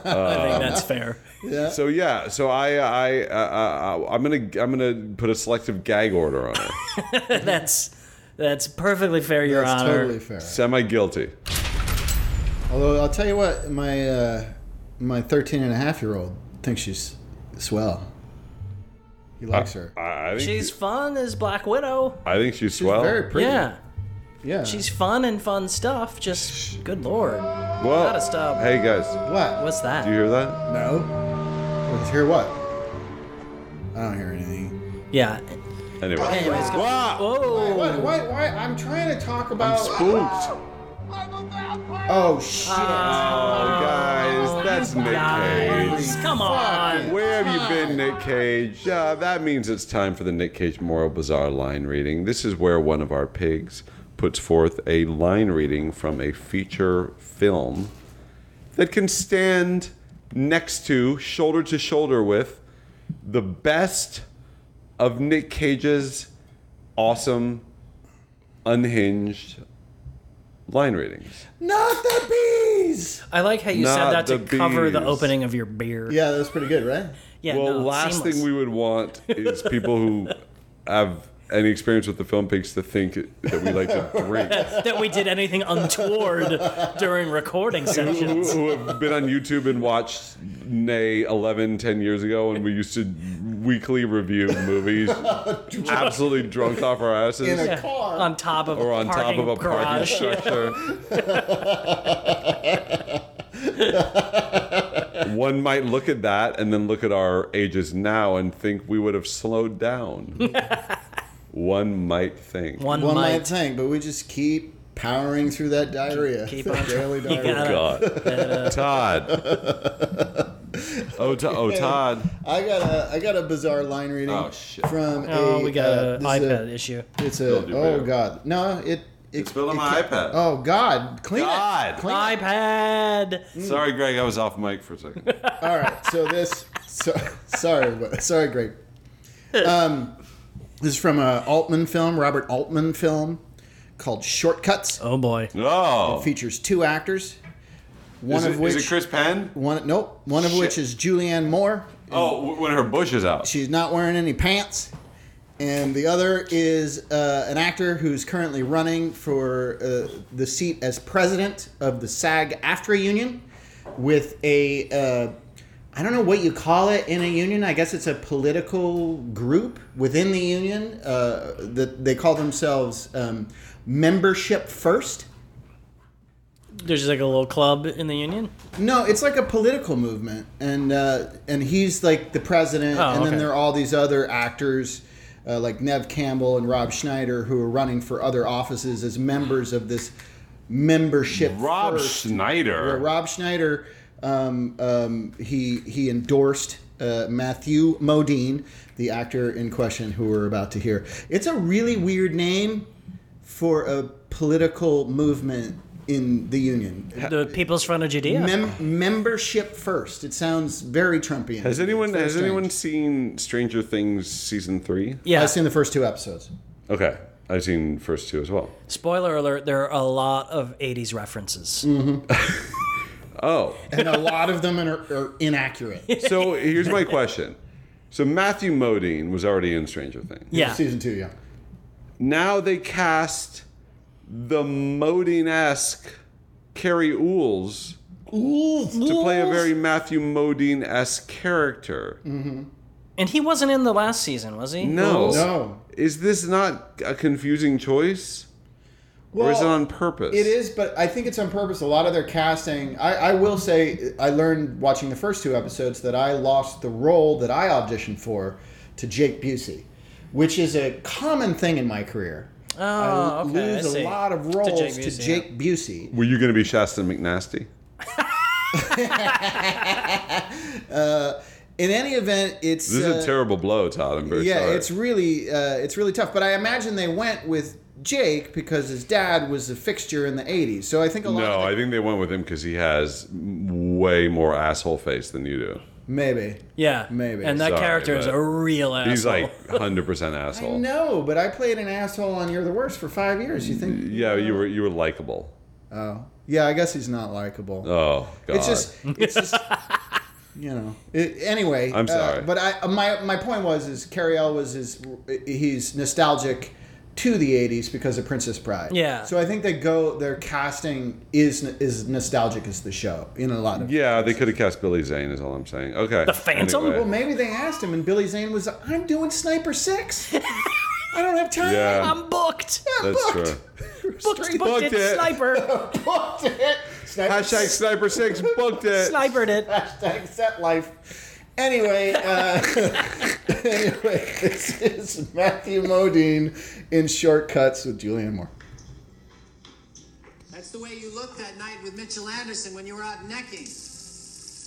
S2: that's fair.
S3: Yeah.
S1: So yeah, so I I uh, uh, I'm gonna I'm gonna put a selective gag order on her.
S2: That's that's perfectly fair, Your
S3: That's
S2: Honor.
S3: totally fair.
S1: Semi guilty.
S3: Although I'll tell you what, my uh, my 13 and a half year old thinks she's swell.
S1: Uh,
S3: He likes her.
S1: I, I think
S2: She's fun as Black Widow.
S1: I think she's,
S3: She's
S1: swell.
S3: very pretty.
S2: Yeah,
S3: Yeah.
S2: she's fun and fun stuff. Just good lord,
S1: well,
S2: gotta stop.
S1: Hey guys,
S3: what?
S2: what's
S1: do you
S2: that?
S1: hear that?
S3: No. Let's hear what? I don't hear anything.
S2: Yeah.
S1: Anyway,
S2: Anyways, go-
S1: wow,
S2: Whoa.
S3: What? Why? Why? I'm trying to talk about.
S1: spooked.
S3: oh shit!
S2: Uh,
S1: Oh, guys, that's Nick Cage.
S2: Guys, come on.
S1: Where have you been, Nick Cage? Uh, that means it's time for the Nick Cage Moral Bazaar line reading. This is where one of our pigs puts forth a line reading from a feature film that can stand next to, shoulder to shoulder with, the best of Nick Cage's awesome, unhinged line readings.
S3: Not the bees.
S2: I like how you said
S1: Not
S2: that to
S1: the
S2: cover the
S1: bees.
S2: opening of your beer.
S3: Yeah, that was pretty good, right?
S2: Yeah,
S1: well,
S2: no,
S1: last
S2: seamless.
S1: thing we would want is people who have any experience with the film pigs to think that we like to drink.
S2: that we did anything untoward during recording
S1: who,
S2: sessions.
S1: who have been on YouTube and watched nay 11, 10 years ago, and we used to weekly review movies, absolutely drunk off our asses.
S3: In a car.
S2: On top of
S1: or
S2: a
S1: on top
S2: parking
S1: of a parking
S2: garage.
S1: structure. One might look at that and then look at our ages now and think we would have slowed down. One might think.
S2: One,
S3: One
S2: might.
S3: night thing, but we just keep powering through that diarrhea.
S2: Keep
S3: That
S2: on
S3: daily
S2: trying.
S3: diarrhea.
S2: Yeah.
S1: Oh, God. Todd. Oh, to- oh, Todd.
S3: I got a I got a bizarre line reading
S1: Oh, shit.
S3: from
S2: Oh,
S3: a
S2: we got
S3: uh,
S2: an
S3: this is a-
S2: iPad issue.
S3: It's
S1: They'll
S3: a
S1: do
S3: oh
S1: better.
S3: god no it it
S1: spilled on
S3: it
S1: my
S3: ca-
S1: iPad.
S3: Oh god, clean
S1: God.
S3: it. Clean it.
S2: iPad.
S1: Sorry, Greg. I was off mic for a second.
S3: All right, so this so, sorry but- sorry Greg. Um, this is from a Altman film, Robert Altman film called Shortcuts.
S2: Oh boy.
S1: Oh.
S3: Features two actors, one
S1: Is
S3: of
S1: it,
S3: which
S1: is it Chris Penn?
S3: one nope one of which
S1: Shit.
S3: is Julianne Moore.
S1: Oh, w- when her bush is out.
S3: She's not wearing any pants. And the other is uh, an actor who's currently running for uh, the seat as president of the SAG AFTRA union with a, uh, I don't know what you call it in a union. I guess it's a political group within the union uh, that they call themselves um, Membership First.
S2: There's just like a little club in the union.
S3: No, it's like a political movement, and uh, and he's like the president,
S2: Oh,
S3: and then
S2: okay.
S3: there are all these other actors uh, like Nev Campbell and Rob Schneider who are running for other offices as members of this membership.
S1: Rob
S3: first.
S1: Schneider.
S3: Where Rob Schneider, um, um, he he endorsed uh, Matthew Modine, the actor in question, who we're about to hear. It's a really weird name for a political movement in the Union.
S2: the People's Front of Judea.
S3: Mem- membership first. It sounds very Trumpian.
S1: Has anyone
S3: Very
S1: has
S3: strange.
S1: anyone seen Stranger Things season three?
S2: yeah.
S3: I've seen the first two episodes.
S1: Okay, I've seen first two as well.
S2: Spoiler alert: there are a lot of '80s references.
S1: Oh,
S3: And a lot of them are, are inaccurate.
S1: so here's my question. So Matthew Modine was already in Stranger Things.
S2: Yeah.
S3: Season two, yeah.
S1: Now they cast the Modine-esque Carrie Ooles to play a very Matthew Modine-esque character.
S3: Mm.
S2: And he wasn't in the last season, was he?
S1: No.
S3: No.
S1: Is this not a confusing choice? or is it
S3: Well,
S1: on purpose?
S3: It is, but I think it's on purpose. A lot of their casting. I, I will say, I learned watching the first two episodes that I lost the role that I auditioned for to Jake Busey, which is a common thing in my career.
S2: Oh,
S3: I
S2: okay. I
S3: lose
S2: see.
S3: a lot of
S2: To
S3: roles
S2: Jake
S3: to
S2: Busey, yeah.
S3: Jake Busey.
S1: Were you going to be Shasta McNasty?
S3: In any event, it's
S1: This is
S3: uh,
S1: a terrible blow, Todd. I'm very
S3: yeah,
S1: sorry.
S3: it's really uh, it's really tough. But I imagine they went with Jake because his dad was a fixture in the '80s. So I think a lot.
S1: no,
S3: of the-
S1: I think they went with him because he has way more asshole face than you do.
S3: maybe.
S2: Yeah,
S3: Maybe.
S2: And that
S1: Sorry,
S2: character is
S1: but
S2: a real asshole.
S1: He's like 100%
S3: I
S1: asshole.
S3: know, but I played an asshole on You're the Worst for five years. You think?
S1: Yeah, you were you were likable.
S3: Oh, yeah. I guess he's not likable.
S1: Oh god.
S3: it's just, it's just, you know. It, anyway,
S1: I'm
S3: uh,
S1: sorry.
S3: but I, my my point was is Carrie was is he's nostalgic to the '80s because of Princess Bride.
S2: Yeah.
S3: So I think they go their casting is is nostalgic as the show in a lot of
S1: yeah, they could have cast Billy Zane. Is all I'm saying. Okay. The
S2: Phantom?
S3: Well, maybe they asked him, and Billy Zane was, "I'm doing Sniper Six. I don't have time.
S1: yeah,
S2: I'm booked.
S1: that's
S3: booked.
S1: true.
S2: Booked, booked
S1: um, Booked
S2: it.
S1: it.
S2: Sniper.
S3: Booked it. Sniper
S1: Hashtag Sniper Six booked it.
S2: Snipered it.
S3: Hashtag set life. Anyway, uh, anyway, this is Matthew Modine in Shortcuts with Julianne Moore.
S5: That's the way you looked that night with Mitchell Anderson when you were out necking.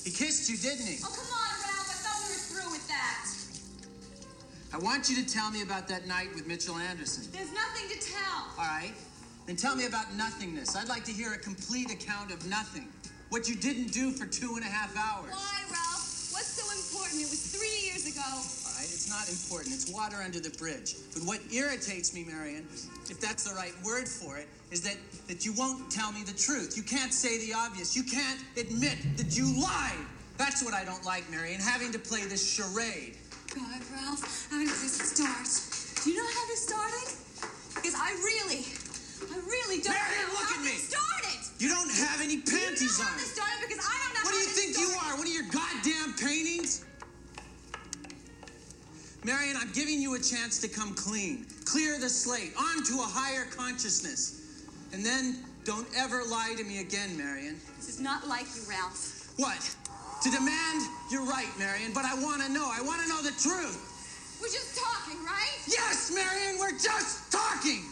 S5: He kissed you, didn't he?
S6: Oh, come on, Ralph. I thought we were through with that.
S5: I want you to tell me about that night with Mitchell Anderson.
S6: There's nothing to tell.
S5: All right? Then tell me about nothingness. I'd like to hear a complete account of nothing. What you didn't do for two and a half hours.
S6: Why, Ralph? What's so important? It was three years ago.
S5: All right, it's not important. It's water under the bridge. But what irritates me, Marion, if that's the right word for it, is that that you won't tell me the truth. You can't say the obvious. You can't admit that you lied. That's what I don't like, Marion, having to play this charade.
S6: God, Ralph, how does this start? Do you know how this started? Because I really, I really don't
S5: Marion,
S6: know
S5: look
S6: how
S5: at
S6: this
S5: me.
S6: started.
S5: You don't have any
S6: Do you
S5: panties
S6: know
S5: on.
S6: how this started? Because I don't know
S5: What do
S6: how
S5: you
S6: this
S5: think you
S6: started.
S5: are? One of your goddamn paintings? Marion, I'm giving you a chance to come clean, clear the slate, on to a higher consciousness. And then don't ever lie to me again, Marion.
S6: This is not like you, Ralph.
S5: What? To demand you're right, Marion, but I want to know. I want to know the truth.
S6: We're just talking, right?
S5: Yes, Marion, we're just talking.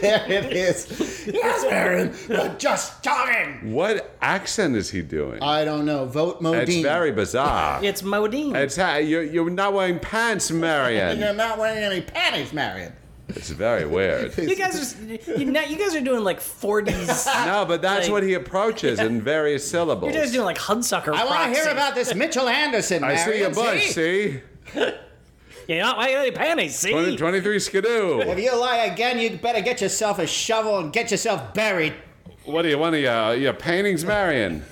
S3: there it is. Yes, Aaron. We're just talking.
S1: What accent is he doing?
S3: I don't know. Vote Modine.
S1: it's very bizarre.
S2: It's Modine.
S1: It's ha- you're, you're not wearing pants,
S3: You're
S1: Marion.
S3: not wearing any panties, Marion.
S1: It's very weird.
S2: you guys are you, now- you guys are doing like 40s.
S1: No, but that's
S2: Like-
S1: what he approaches in various syllables.
S2: You're just doing like Hudsucker.
S3: I want
S2: proxy.
S3: to hear about this Mitchell Anderson.
S1: I see your
S3: Marion.
S1: butt, see?
S2: You're not wearing any panties. See,
S1: 20, 23 Skidoo.
S3: If you lie again, you better get yourself a shovel and get yourself buried.
S1: What are you, one of your, your paintings, Marion?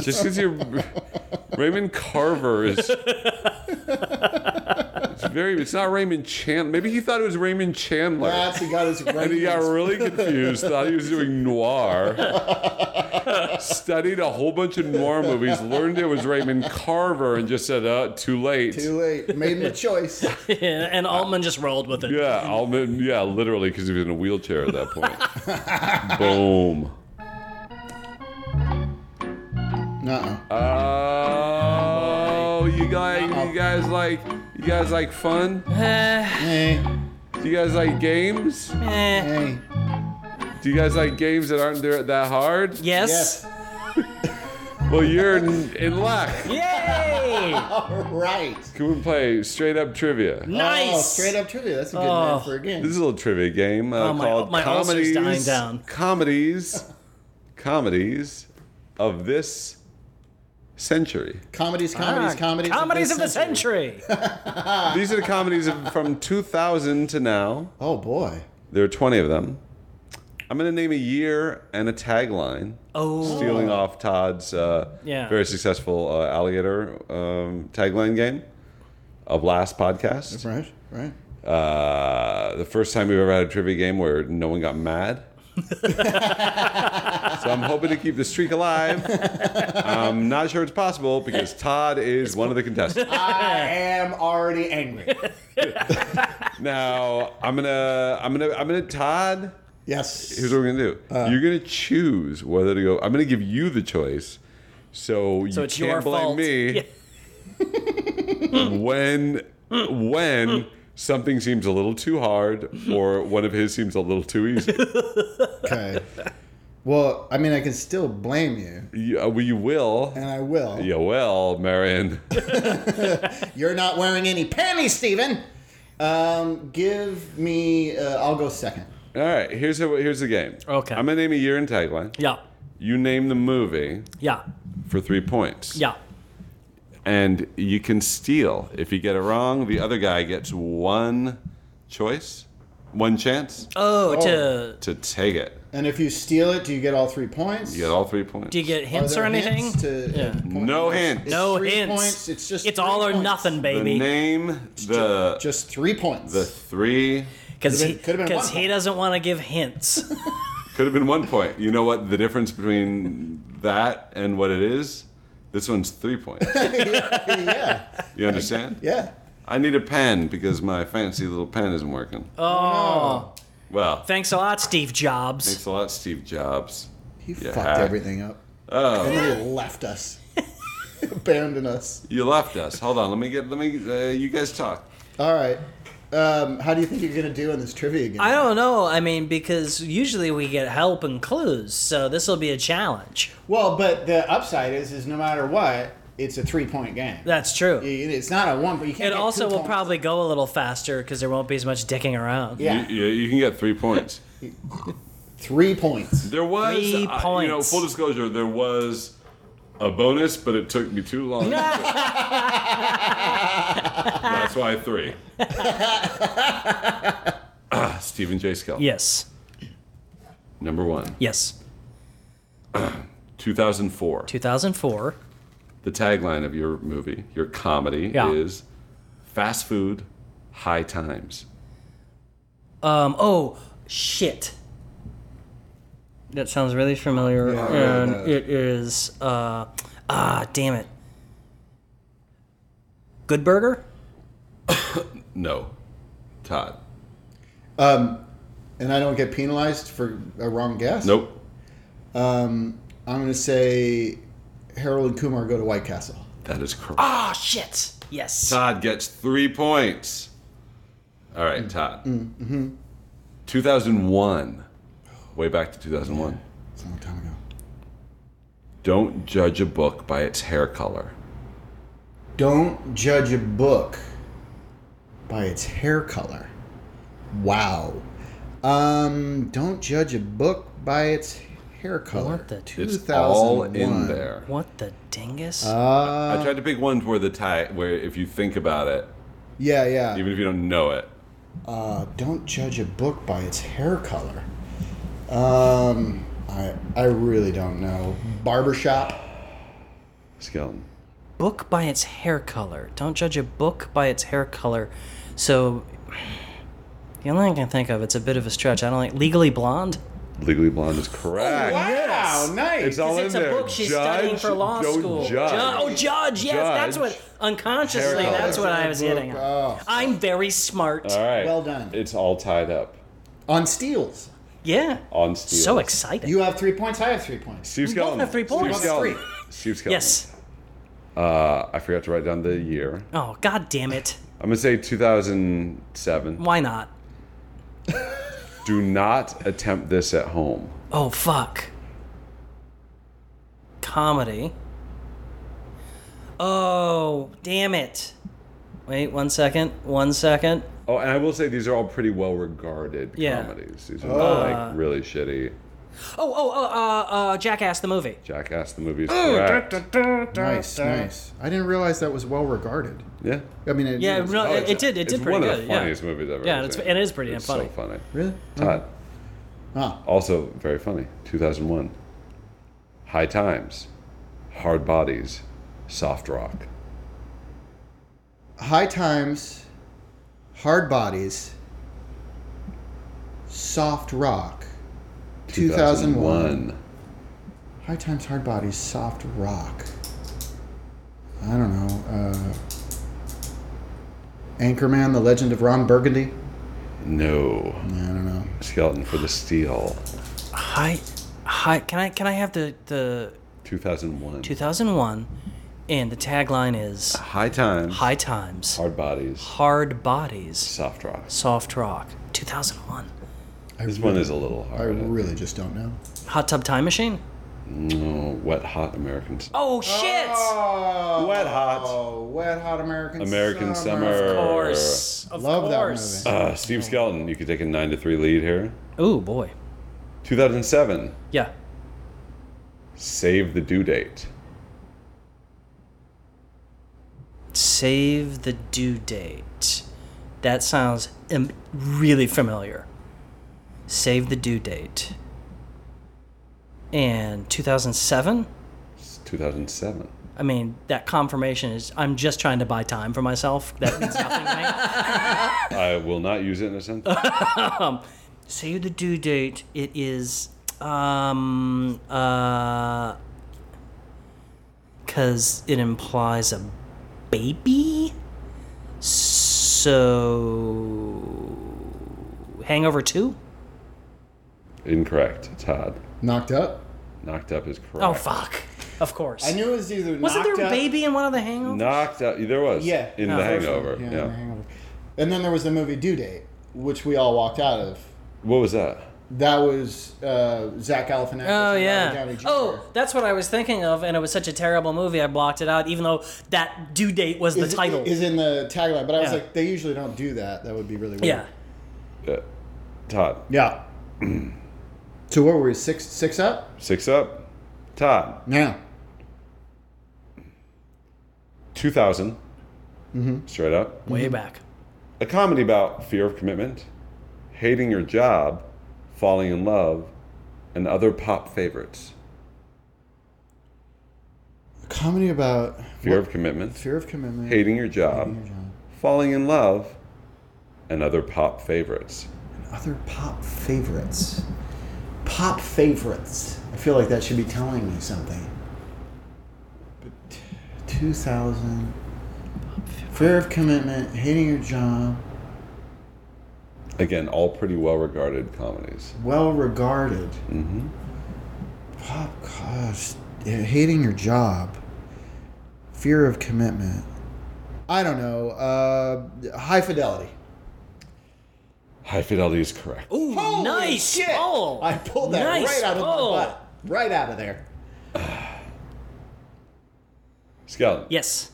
S1: Just because you're. Raymond Carver is. It's very. It's not Raymond Chandler. Maybe he thought it was Raymond Chandler.
S3: That's he got his
S1: and he got really confused, thought he was doing noir. Studied a whole bunch of noir movies, learned it was Raymond Carver, and just said, uh, too late.
S3: Too late. Made him a choice.
S2: Yeah, and Altman just rolled with it.
S1: Yeah, Almond. Yeah, literally, because he was in a wheelchair at that point. Boom.
S3: Uh-uh.
S1: Oh, you guys, you guys like, you guys like fun?
S3: Hey,
S1: Do you guys like games?
S2: Eh,
S3: hey.
S1: Do you guys like games that aren't there that hard?
S2: yes.
S3: Yes.
S1: Well, you're in, in luck.
S2: Yay!
S3: All right.
S1: Can we play straight up trivia?
S2: nice.
S3: Oh, straight up trivia. That's a good
S2: Oh.
S3: name for a game.
S1: This is a little trivia game uh,
S2: Oh, my-
S1: called
S2: my ulcer's
S1: comedies,
S2: dying down.
S1: comedies, comedies of this century.
S3: comedies, comedies,
S2: Ah,
S3: comedies.
S2: comedies of the
S3: this
S2: century.
S1: These are the comedies of, from 2000 to now.
S3: Oh boy.
S1: There are 20 of them. I'm going to name a year and a tagline,
S2: oh,
S1: stealing off Todd's uh,
S2: Yeah.
S1: very successful uh, alligator um, tagline game of last podcast.
S3: Right. Right.
S1: Uh, the first time we've ever had a trivia game where no one got mad. so I'm hoping to keep the streak alive. I'm not sure it's possible because Todd is one of the contestants.
S3: I am already angry.
S1: Now I'm gonna, I'm gonna, I'm gonna. Todd,
S3: Yes.
S1: here's what we're gonna do.
S3: Uh.
S1: You're gonna choose whether to go. I'm gonna give you the choice, so you
S2: so it's
S1: can't
S2: your
S1: blame
S2: fault.
S1: me
S2: Yeah.
S1: when when something seems a little too hard or one of his seems a little too easy.
S3: okay. Well, I mean, I can still blame you,
S1: You, uh, well, you will.
S3: and I will.
S1: Yeah, well, Marion.
S3: You're not wearing any panties, Steven. Um, give me. Uh, I'll go second.
S1: All right, here's how, here's the game.
S2: Okay.
S1: I'm gonna name a year and tagline.
S2: Yeah.
S1: You name the movie
S2: Yeah.
S1: for three points.
S2: Yeah.
S1: And you can steal if you get it wrong. The other guy gets one choice, one chance
S2: Oh, to
S1: to take it.
S3: And if you steal it, do you get all three points?
S1: You get all three points.
S2: do you get
S3: Are
S2: hints
S3: there
S2: or anything?
S3: hints to-
S1: no hint.
S3: It's
S2: no
S3: three
S2: hints.
S3: points, it's just
S2: it's
S3: three
S2: all or
S3: points.
S2: nothing,
S1: The
S2: baby.
S1: name, the
S3: Just three points.
S1: the three
S2: Because
S3: Could've been- could've been one
S2: he
S3: point.
S2: doesn't want to give hints.
S1: could have been one point. You know what the difference between that and what it is? This one's three points.
S3: yeah.
S1: You understand?
S3: Yeah.
S1: I need a pen because my fancy little pen isn't working.
S2: Oh,
S1: Well,
S2: thanks a lot, Steve Jobs.
S1: thanks a lot, Steve Jobs.
S3: He
S1: Yeah.
S3: fucked everything up. Oh. And then he left us. Abandoned us.
S1: You left us. Hold on. Let me get. Let me. Uh, you guys talk.
S3: All right. Um, how do you think you're going to do in this trivia game?
S2: I don't know. I mean, because usually we get help and clues, so this will be a challenge.
S3: well, but the upside is, is no matter what, it's a three point game.
S2: That's true.
S3: It- it's not a one, but you can't.
S2: It
S3: get
S2: also
S3: two
S2: will
S3: points.
S2: probably go a little faster because there won't be as much dicking around.
S3: Yeah.
S1: You, you, you can get three points.
S3: Three points.
S1: There was.
S2: Three
S1: uh, You know,
S2: points.
S1: full disclosure, there was a bonus, but it took me too long. That's why three. Ah, Stephen J. Skell.
S2: Yes.
S1: Number one,
S2: Yes.
S1: 2004.
S2: 2004.
S1: The tagline of your movie, your comedy,
S2: Yeah.
S1: is fast food, high times.
S2: Um. Oh shit. That sounds really familiar, and it is. Uh, ah, damn it. Good Burger.
S1: No, Todd.
S3: And I don't get penalized for a wrong guess?
S1: Nope.
S3: I'm going to say Harold and Kumar go to White Castle.
S1: That is correct.
S2: Oh shit. Yes.
S1: Todd gets three points. All right,
S3: Mm.
S1: Todd.
S3: mm-hmm.
S1: 2001. Way back to 2001.
S3: It's a long time ago.
S1: Don't judge a book by its hair color.
S3: Don't judge a book by its hair color. Wow. Um, don't judge a book by its hair color.
S2: What the-
S1: It's all in
S3: 2001.
S1: there.
S2: What the dingus?
S3: Uh.
S1: I tried to pick ones where the tag, where if you think about it,
S3: Yeah, yeah.
S1: even if you don't know it,
S3: Uh, don't judge a book by its hair color. Um, I I really don't know. Barbershop.
S1: skeleton.
S2: book by its hair color. Don't judge a book by its hair color. So, the only thing I can think of, it's a bit of a stretch. I don't like Legally Blonde.
S1: Legally Blonde is correct.
S3: Wow, nice.
S1: It's all in
S2: it's
S1: there.
S2: a book she's
S1: judge,
S2: studying for law
S1: don't
S2: school.
S1: Judge.
S2: Ju- oh, judge. Yes, that's
S1: Judge.
S2: what. Unconsciously,
S1: Hair
S2: that's
S1: color.
S2: what I was hitting on.
S3: Oh.
S2: I'm very smart.
S1: all right.
S3: Well done.
S1: It's all tied up
S3: On steals.
S2: Yeah.
S1: on steel.
S2: So excited.
S3: You have three points. I have three points.
S1: Steve Skeleton.
S2: have three points.
S1: Steve Skeleton.
S3: Three.
S1: Steve Skeleton.
S2: yes.
S1: Uh, I forgot to write down the year.
S2: Oh God damn it!
S1: I'm gonna say 2007.
S2: Why not?
S1: Do not attempt this at home.
S2: Oh fuck. Comedy. Oh, damn it. Wait one second. One second.
S1: Oh, and I will say these are all pretty well regarded
S2: Yeah. Uh.
S1: comedies. These are not like really shitty.
S2: Oh, oh, oh, uh, uh, Jackass the movie.
S1: Jackass the movie is correct.
S3: Nice, nice. I didn't realize that was well regarded.
S1: Yeah.
S3: I mean, it,
S2: Yeah, no, it,
S1: it's-
S2: it did. It
S1: it's
S2: did pretty
S1: one
S2: good.
S1: of the funniest
S2: yeah.
S1: movies I've ever
S2: Yeah, and it's-
S1: seen.
S2: and it is pretty damn
S1: It's
S2: funny. Mm-hmm.
S1: So funny.
S3: really?
S1: Todd.
S3: Ah,
S1: Also very funny. 2001. High Times. Hard Bodies. Soft Rock.
S3: High Times, Hard Bodies, Soft Rock, 2001. High Times, Hard Bodies, Soft Rock. I don't know. Uh, Anchorman, The Legend of Ron Burgundy.
S1: No.
S3: I don't know.
S1: Skeleton for the Steel.
S2: Hi, hi. Can I can I have the the
S1: 2001.
S2: 2001? And the tagline is
S1: High Times.
S2: High Times,
S1: Hard Bodies.
S2: Hard Bodies,
S1: Soft Rock.
S2: Soft Rock. 2001.
S3: I
S1: This
S3: really,
S1: one is a little
S3: I
S1: hard.
S3: really just don't know.
S2: Hot Tub Time Machine.
S1: No, Wet Hot American Summer.
S2: Oh shit!
S1: Wet Hot.
S3: Oh, Wet Hot American
S1: American
S2: Of
S1: Summer.
S2: course. Of
S3: Love that
S2: course.
S1: Uh, Steve Skelton, you could take a 9 to 3 lead here.
S2: Oh boy.
S1: 2007.
S2: Yeah.
S1: Save the Due Date.
S2: Save the due date. That sounds im- really familiar. Save the due date. And 2007?
S1: It's 2007.
S2: I mean, that confirmation is I'm just trying to buy time for myself. That means nothing to me.
S1: I will not use it in a sentence.
S2: Save the due date. It is um uh cuz it implies a baby. So Hangover 2?
S1: Incorrect, Todd.
S3: Knocked Up.
S1: Knocked up is correct.
S2: Oh fuck. Of course.
S3: I knew it was either
S2: Wasn't there
S3: Knocked
S2: a
S3: Up-
S2: baby in one of the hangovers?
S1: Knocked up. There was.
S3: Yeah.
S1: In
S2: Oh.
S1: the Hangover.
S3: Yeah,
S1: Yeah.
S3: The Hangover. And then there was the movie Due Date, which we all walked out of.
S1: What was that?
S3: That was uh, Zach Galifianakis.
S2: Oh
S3: and Robert
S2: yeah.
S3: Downey Jr.
S2: Oh, that's what I was thinking of, and it was such a terrible movie. I blocked it out, even though that due date was the
S3: is,
S2: title.
S3: is in the tagline, but I was
S2: Yeah.
S3: like, they usually don't do that. That would be really weird.
S2: yeah.
S1: Uh, Todd.
S3: Yeah. so what were we six six up?
S1: Six up. Todd.
S3: Now
S1: 2000.
S3: Mm-hmm.
S1: Straight up.
S2: Way back.
S1: A comedy about fear of commitment, hating your job, falling in love, and other pop favorites.
S3: a comedy about
S1: Fear of commitment,
S3: fear of commitment.
S1: hating your job,
S3: your job.
S1: falling in love, and other pop favorites.
S3: Other pop favorites. Pop favorites. I feel like that should be telling me something. But t- 2000. Fear of commitment, hating your job,
S1: Again, all pretty well regarded comedies.
S3: well regarded. Mm-hmm. Pop, gosh. yeah, Hating your job, fear of commitment. I don't know. Uh, high fidelity.
S1: High Fidelity is correct.
S2: Ooh,
S3: Holy
S2: nice.
S3: shit!
S2: Oh,
S3: I pulled that
S2: nice
S3: right out of
S2: pull.
S3: my butt. Right out of there.
S1: Skeleton.
S2: Yes,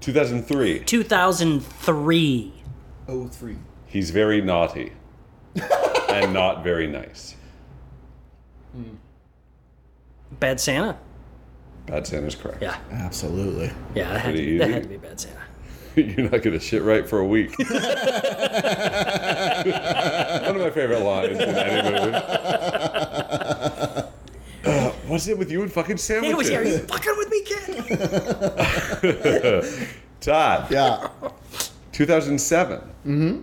S1: 2003.
S2: 2003.
S3: Oh three.
S1: He's very naughty and not very nice.
S2: Bad Santa.
S1: Bad Santa's correct.
S2: Yeah,
S3: Absolutely.
S2: yeah. That had,
S1: Pretty
S2: to, that
S1: easy.
S2: had to be Bad Santa.
S1: You're not going to shit right for a week. One of my favorite lines in any movie. Uh, what's it with you and fucking
S2: Hey, was
S1: sandwiches?
S2: here. Are you fucking with me, kid?
S1: Todd,
S3: Yeah.
S1: 2007. Mm-hmm.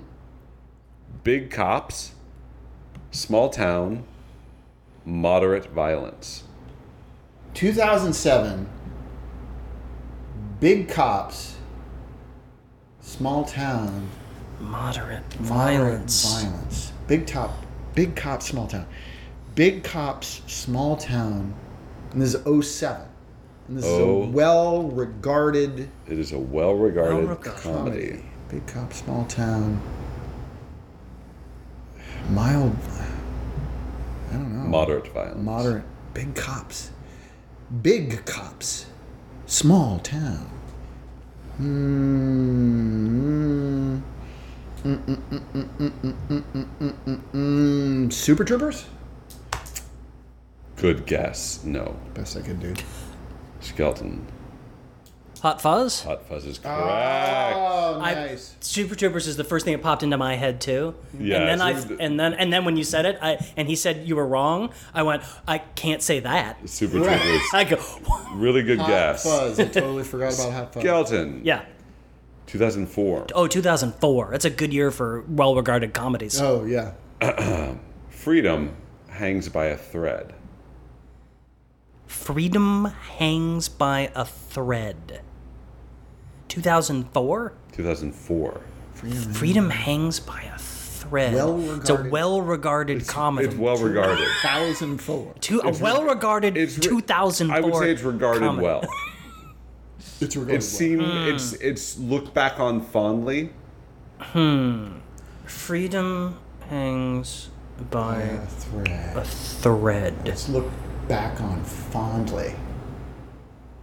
S1: Big cops, small town, moderate violence.
S3: 2007. Big cops. Small town.
S2: Moderate
S3: moderate
S2: violence.
S3: Violence. Big top. Big cops. Small town. Big cops. Small town. And this is 07. And this
S1: Oh.
S3: is a well-regarded
S1: It is a well-regarded
S2: Well-regarded.
S1: comedy.
S3: Big cop, small town. Mild. I don't know.
S1: Moderate violence.
S3: Moderate. Big cops. Big cops. Small town. Hmm. Mm, mm, mm, mm, mm, mm, mm, mm, mm, mm, mm, mm. Super Troopers?
S1: Good guess. No.
S3: Best I could do.
S1: Skeleton.
S2: Hot Fuzz.
S1: Hot Fuzz is correct.
S3: Oh,
S2: I-
S3: nice.
S2: Super Troopers is the first thing that popped into my head too.
S1: Yeah,
S2: And then
S1: so
S2: I
S1: the-
S2: and then and then when you said it, I and he said you were wrong. I went, I can't say that.
S1: Super
S3: Right.
S1: Troopers.
S2: I go,
S1: Really good
S3: Hot
S1: guess.
S3: Fuzz. I totally forgot about Hot Fuzz.
S1: Skeleton.
S2: yeah.
S1: 2004.
S2: Oh, 2004. That's a good year for well-regarded comedies.
S3: Oh, yeah.
S1: Freedom hangs by a thread.
S2: Freedom hangs by a thread. 2004.
S1: 2004. Hmm.
S2: Freedom hangs by a thread. it's a
S3: Well-regarded-
S2: well-regarded comedy.
S1: It's well regarded.
S3: Thousand four.
S2: Two, a well-regarded
S1: it's re-
S2: 2004.
S1: I would say it's regarded
S2: comedy.
S1: well.
S3: It's
S1: It
S3: regardless.
S1: seemed
S2: Hmm.
S1: it's it's looked back on fondly.
S2: Freedom hangs by
S3: a thread.
S2: thread.
S3: Let's look back on fondly.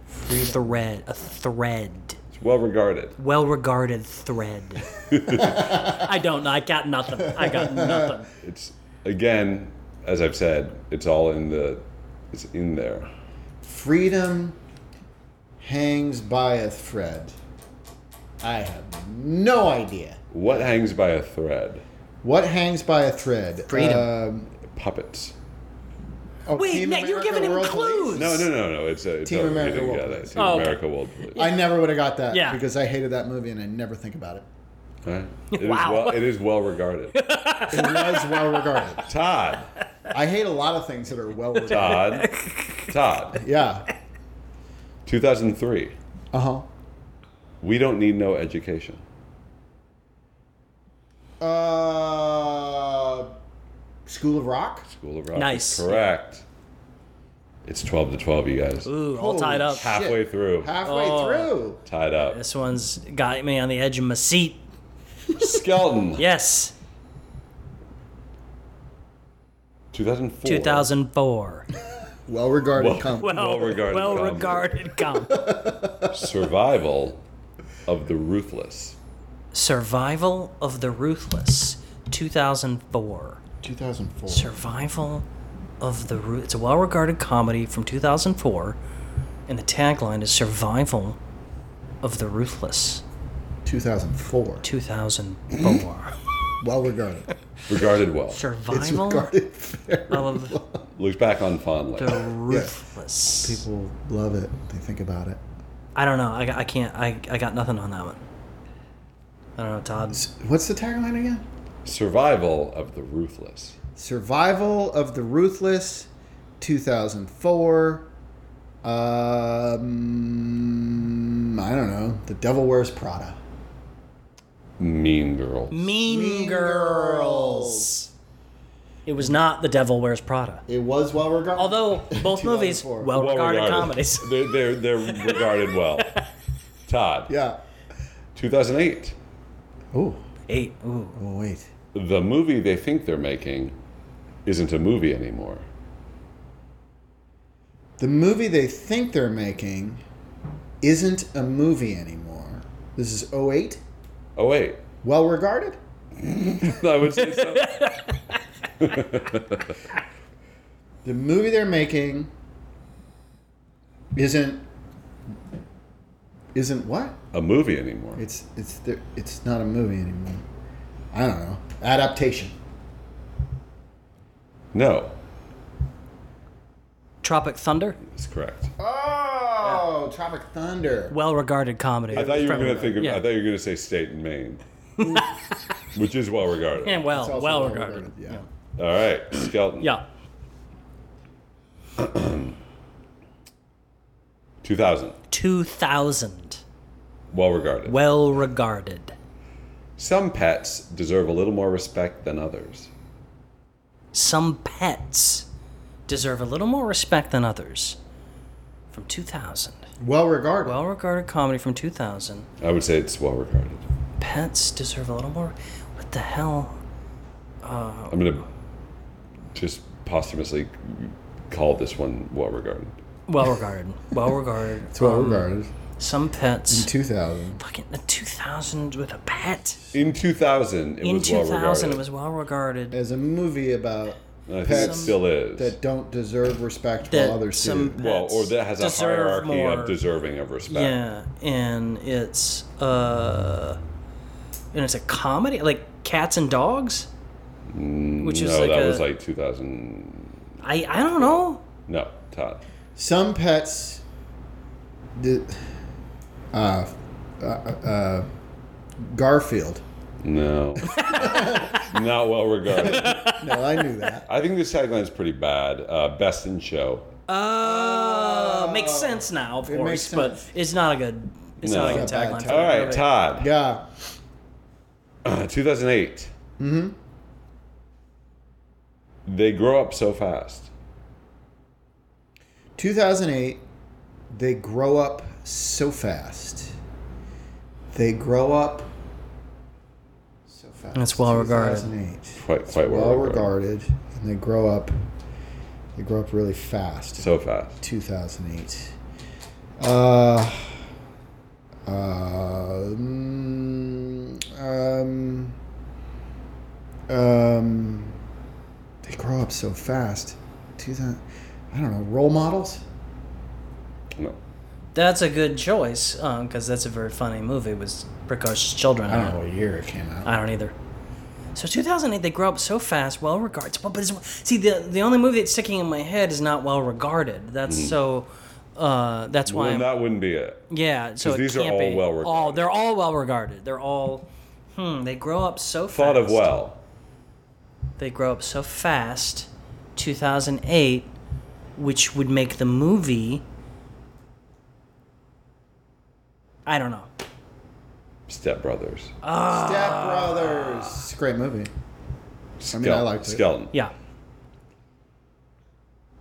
S2: Thread. A thread.
S1: It's well regarded.
S2: Well regarded thread. I don't know. I got nothing. I got nothing.
S1: It's again, as I've said, it's all in the it's in there.
S3: Freedom hangs by a thread. I have no idea.
S1: What hangs by a thread?
S3: What hangs by a thread?
S2: Freedom.
S3: Um,
S1: Puppets.
S3: oh,
S2: Wait,
S3: Team
S2: Matt, you're
S3: America
S2: giving him
S3: World Police?
S2: clues.
S1: No, no, no, no. It's a it's
S3: Team
S1: a,
S3: America
S1: yeah,
S3: World
S1: that-
S3: Police.
S1: Team
S2: Oh, okay.
S1: America World Police.
S3: I never would have got that
S2: Yeah.
S3: because I hated that movie and I never think about it.
S1: All right. It is
S2: Wow.
S1: well, it is well regarded.
S3: It was well regarded.
S1: Todd,
S3: I hate a lot of things that are well regarded.
S1: Todd, Todd.
S3: Yeah.
S1: 2003.
S3: Uh huh.
S1: We don't need no education.
S3: Uh, School of Rock.
S1: School of Rock. is
S2: Nice.
S1: Correct. It's 12 to 12, you guys.
S2: Ooh, all tied
S3: Holy
S2: up.
S3: shit.
S1: Halfway through.
S3: Halfway
S2: Oh.
S3: through.
S1: Tied up.
S2: This one's got me on the edge of my seat.
S1: Skeleton.
S2: Yes.
S1: 2004.
S2: 2004.
S3: Well regarded
S1: Well-
S3: company.
S2: Well,
S1: Well-regarded
S2: well
S1: comedy.
S2: regarded comedy.
S1: Survival of the Ruthless.
S2: Survival of the Ruthless. 2004.
S3: 2004.
S2: Survival of the Ru- It's a well regarded comedy from 2004, and the tagline is Survival of the Ruthless.
S3: 2004.
S2: 2004.
S3: Well regarded.
S1: Regarded well.
S3: It's
S2: Survival
S3: regarded.
S2: of
S1: Looked back on fondly.
S2: the Ruthless.
S3: People love it. They think about it.
S2: I don't know. I, got- I can't. I, I got nothing on that one. I don't know, Todd.
S3: What's the tagline again?
S1: Survival of the Ruthless.
S3: Survival of the Ruthless, 2004. Um, I don't know. The Devil Wears Prada.
S1: Mean Girl.
S2: Mean,
S3: Mean
S2: Girls. It was not The Devil Wears Prada.
S3: It was well regarded.
S2: Although both movies,
S3: 2004.
S2: well regarded comedies.
S1: They're, they're, they're regarded well. Todd.
S3: Yeah.
S1: 2008.
S3: Oh,
S2: Eight. Ooh.
S3: oh wait.
S1: The movie they think they're making isn't a movie anymore.
S3: The movie they think they're making isn't a movie anymore. This is 08.
S1: Oh, wait.
S3: Well regarded?
S1: I would say so.
S3: The movie they're making isn't isn't what?
S1: a movie anymore.
S3: It's it's the, it's not a movie anymore. I don't know. Adaptation.
S1: No.
S2: Tropic Thunder.
S1: It's correct.
S3: Oh, Tropic Thunder.
S2: Well regarded comedy.
S1: I thought you were
S2: From-
S1: going to think of.
S2: yeah.
S1: I thought you were going to say state and Maine, which is well regarded.
S2: And
S3: It's
S2: well,
S3: also
S2: well regarded.
S3: Yeah.
S1: All right, Skelton.
S2: Yeah.
S1: Two thousand.
S2: 2000.
S1: Well regarded.
S2: Well regarded.
S1: Some pets deserve a little more respect than others.
S2: Some pets deserve a little more respect than others. From 2000.
S3: Well regarded.
S2: Well regarded comedy from 2000.
S1: I would say it's well regarded.
S2: Pets deserve a little more. What the hell?
S1: I'm going to just posthumously call this one well regarded.
S2: Well regarded. Well regarded.
S3: It's well regarded.
S2: Some pets.
S3: 2000.
S2: Fucking the 2000s with a pet.
S1: In 2000, it
S2: In
S1: was well
S2: 2000,
S1: regarded.
S2: it was well regarded.
S3: There's a movie about
S1: I think it
S3: pets
S1: still is.
S3: that don't deserve respect
S2: That
S3: while others
S2: some
S3: do.
S1: well, or that has a
S2: deserve
S1: hierarchy
S2: more.
S1: of deserving of respect.
S2: Yeah, and it's uh, and it's a comedy like cats and dogs, which is
S1: Mm, no,
S2: like
S1: that
S2: a
S1: was like 2000.
S2: I I don't know.
S1: No, Todd.
S3: Some pets. The, uh, uh, uh, Garfield.
S1: No. Not well regarded.
S3: No, I knew that.
S1: I think this tagline is pretty bad. Uh, best in show. Oh.
S2: Uh, makes sense now, of
S3: It
S2: course,
S3: makes
S2: but
S3: sense.
S2: it's not a good. It's
S1: No.
S2: not a good
S1: It's a
S3: bad
S2: tagline.
S3: tagline.
S2: for
S1: All
S2: a
S1: right,
S2: movie.
S1: Todd.
S3: Yeah.
S1: 2008. Mm-hmm. They grow up so fast.
S3: 2008, they grow up so fast. They grow up so fast.
S2: That's well regarded.
S3: 2008.
S1: Quite, quite well,
S3: Well
S1: regarded.
S3: regarded. And they grow up. They grow up really fast.
S1: So fast.
S3: 2008. Uh, um, um, um, they grow up so fast. 2000, I don't know, role models?
S1: No.
S2: That's a good choice because that's a very funny movie. Was precocious children.
S3: I don't know what year it came out.
S2: I don't either. So 2008, they grow up so fast, well regarded. But, but it's, see, the the only movie that's sticking in my head is not well regarded. That's so. Uh, that's why.
S1: Well,
S2: I'm-
S1: that wouldn't be it.
S2: yeah. So
S1: 'cause
S2: it
S1: these are
S2: can't
S1: all
S2: be.
S1: well regarded.
S2: All they're all well regarded. They're all. Hmm. They grow up so fast.
S1: Thought of well.
S2: They grow up so fast. 2008, which would make the movie. I don't know.
S1: Step Brothers. Uh,
S3: Step Brothers. It's a great movie. I mean, I liked it.
S1: Skeleton.
S2: Yeah.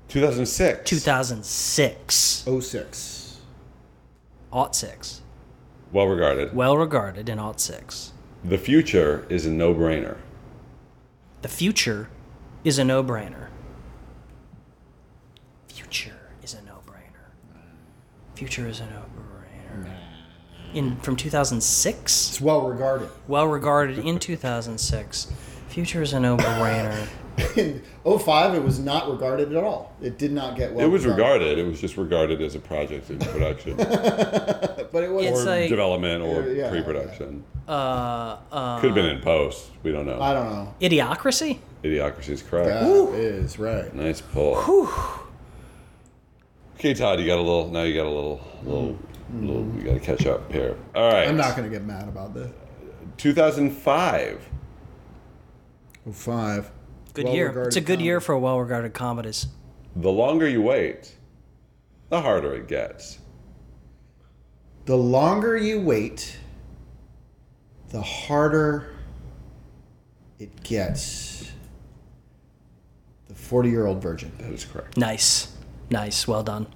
S1: 2006.
S2: 2006.
S3: 06.
S2: Ought six.
S1: Well regarded.
S2: Well regarded in Ought six.
S1: The future is a no brainer.
S2: The future is a no-brainer. Future is a no-brainer. Future is a no-brainer. In from 2006,
S3: It's well regarded.
S2: well regarded in 2006. Future is a no-brainer.
S3: In 05, it was not regarded at all. It did not get well
S1: It was regarded. It was just regarded as a project in production or
S3: But it was.
S2: It's like-
S1: development or
S3: Yeah, yeah.
S1: pre-production. Uh, Could have been in post. We don't know.
S3: I don't know.
S2: Idiocracy?
S1: Idiocracy is correct.
S3: That is right.
S1: Nice pull. Okay, Todd, you got a little. Now you got a little, little, little. You got to catch up here. All right.
S3: Mm-hmm. I'm not going to get mad about this.
S1: 2005.
S3: Oh, Five.
S2: Good
S3: Well
S2: year. It's a
S3: regarded
S2: good year
S3: comedy.
S2: for well-regarded comedies.
S1: The longer you wait, the harder it gets.
S3: The longer you wait, the harder it gets. The 40 year old virgin.
S1: That is correct.
S2: Nice. Nice. Well done.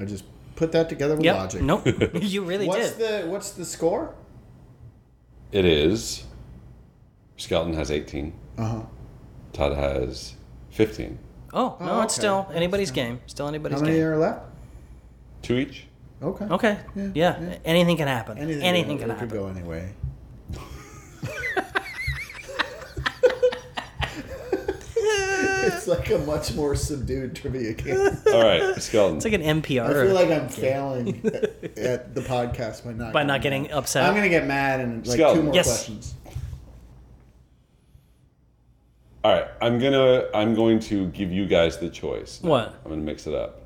S3: I just put that together with
S2: Yep.
S3: logic.
S2: Nope. you really
S3: What's
S2: did.
S3: the what's the score?
S1: It is. Skeleton has 18.
S3: Uh
S2: Uh-huh.
S3: huh.
S1: Todd has 15.
S2: oh, no,
S3: Oh,
S2: it's
S3: okay.
S2: still anybody's game. Still anybody's
S3: How many
S2: game.
S3: are left?
S1: Two each.
S3: Okay.
S2: Okay. Yeah, Anything can happen. Anything, can
S3: it
S2: happen.
S3: could go anyway. it's like a much more subdued trivia game.
S1: All right, skeleton.
S2: It's like an NPR.
S3: I feel like I'm failing at, at the podcast by not
S2: By not getting
S3: mad.
S2: upset.
S3: I'm gonna get mad and like
S1: Scott.
S3: two more
S2: Yes.
S3: questions.
S1: All right, I'm gonna I'm going to give you guys the choice. now.
S2: What?
S1: I'm gonna mix it up.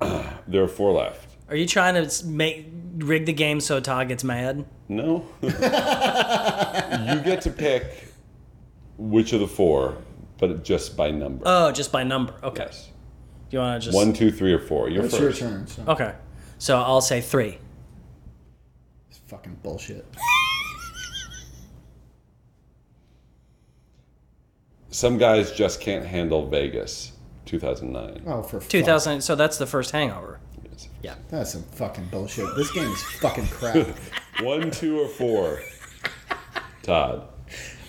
S1: there are four left.
S2: Are you trying to s- make rig the game so Todd gets mad?
S1: No. you get to pick which of the four, but just by number.
S2: Oh, just by number. Okay.
S1: yes.
S2: Do you want to just
S1: One, two, three, or four. You're
S3: It's
S1: first.
S3: your turn. So
S2: Okay. So I'll say three.
S3: it's fucking bullshit.
S1: Some guys just can't handle Vegas. 2009.
S3: Oh, for fuck.
S2: Two thousand. So that's the first Hangover.
S1: Yes.
S2: Yeah.
S3: That's some fucking bullshit. This game is fucking crap.
S1: One, two, or four. Todd.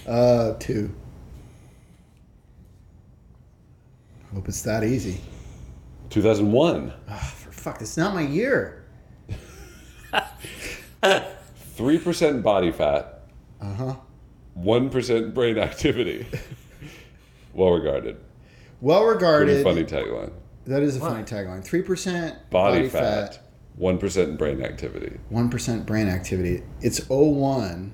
S3: Uh, two. Hope it's that easy.
S1: 2001.
S3: For fuck, it's not my year.
S1: 3% body fat. Uh huh. 1% brain activity. well regarded.
S3: Well
S1: Pretty
S3: regarded.
S1: funny tagline.
S3: That is a funny tagline. Three percent
S1: Body, fat, 1% brain activity.
S3: one percent brain activity. It's 01.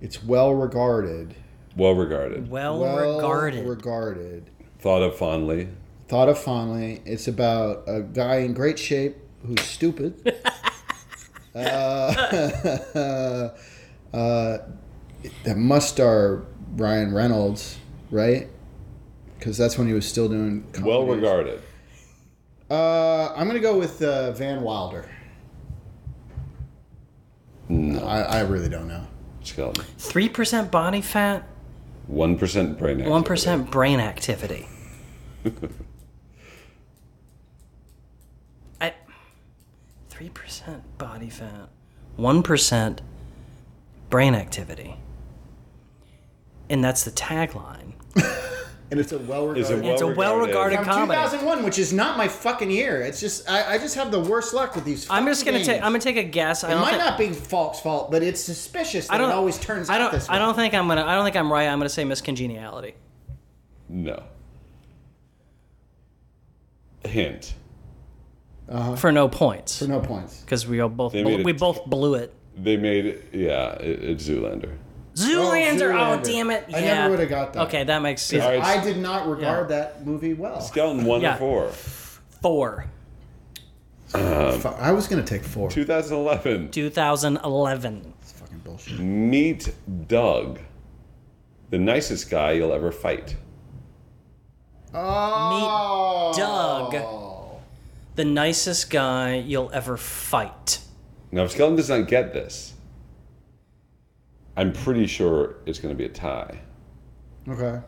S3: It's well regarded.
S1: Well regarded.
S2: Well,
S3: Well
S2: regarded.
S3: regarded.
S1: Thought of fondly.
S3: Thought of fondly. It's about a guy in great shape who's stupid. uh, uh, that must star Ryan Reynolds, right? Because that's when he was still doing. Comedies.
S1: Well regarded.
S3: Uh, I'm gonna go with uh, Van Wilder. No, I, I really don't know.
S1: Skeleton.
S2: 3% body fat,
S1: 1% brain activity.
S2: 1% brain activity. I 3% body fat, 1% brain activity. And that's the tagline.
S3: And it's a well
S1: Is it
S3: regarded.
S1: well
S2: It's a well-regarded
S3: From
S2: comedy.
S3: 2001, which is not my fucking year. It's just I, I just have the worst luck with these.
S2: I'm just
S3: fucking
S2: gonna take.
S3: games.
S2: I'm gonna take a guess. I
S3: It
S2: don't
S3: might
S2: thi-
S3: not be Falk's fault, but it's suspicious that
S2: I don't
S3: it always turns
S2: I don't.
S3: out this way.
S2: I don't think I'm gonna. I don't think I'm right. I'm gonna say miscongeniality.
S1: No. Hint.
S2: for no points
S3: Uh-huh. For no points.
S2: because we all both
S1: They
S2: blew,
S1: made a-
S2: we both blew it.
S1: They made, yeah, it, it's Zoolander.
S2: Zoolander. Oh,
S3: Zoolander.
S2: damn it!
S3: I never
S2: yeah.
S3: would've got that.
S2: Okay, that makes
S1: All right,
S3: I did not regard that movie well.
S1: Skeleton 1
S2: Yeah.
S1: to 4.
S2: four.
S3: Fuck, I was gonna take four.
S1: 2011.
S2: 2011.
S3: That's fucking bullshit.
S1: Meet Doug, the nicest guy you'll ever fight.
S3: Oh,
S2: Doug. The nicest guy you'll ever fight.
S1: Now, if Skeleton does not get this, I'm pretty sure it's going to be a tie.
S3: Okay.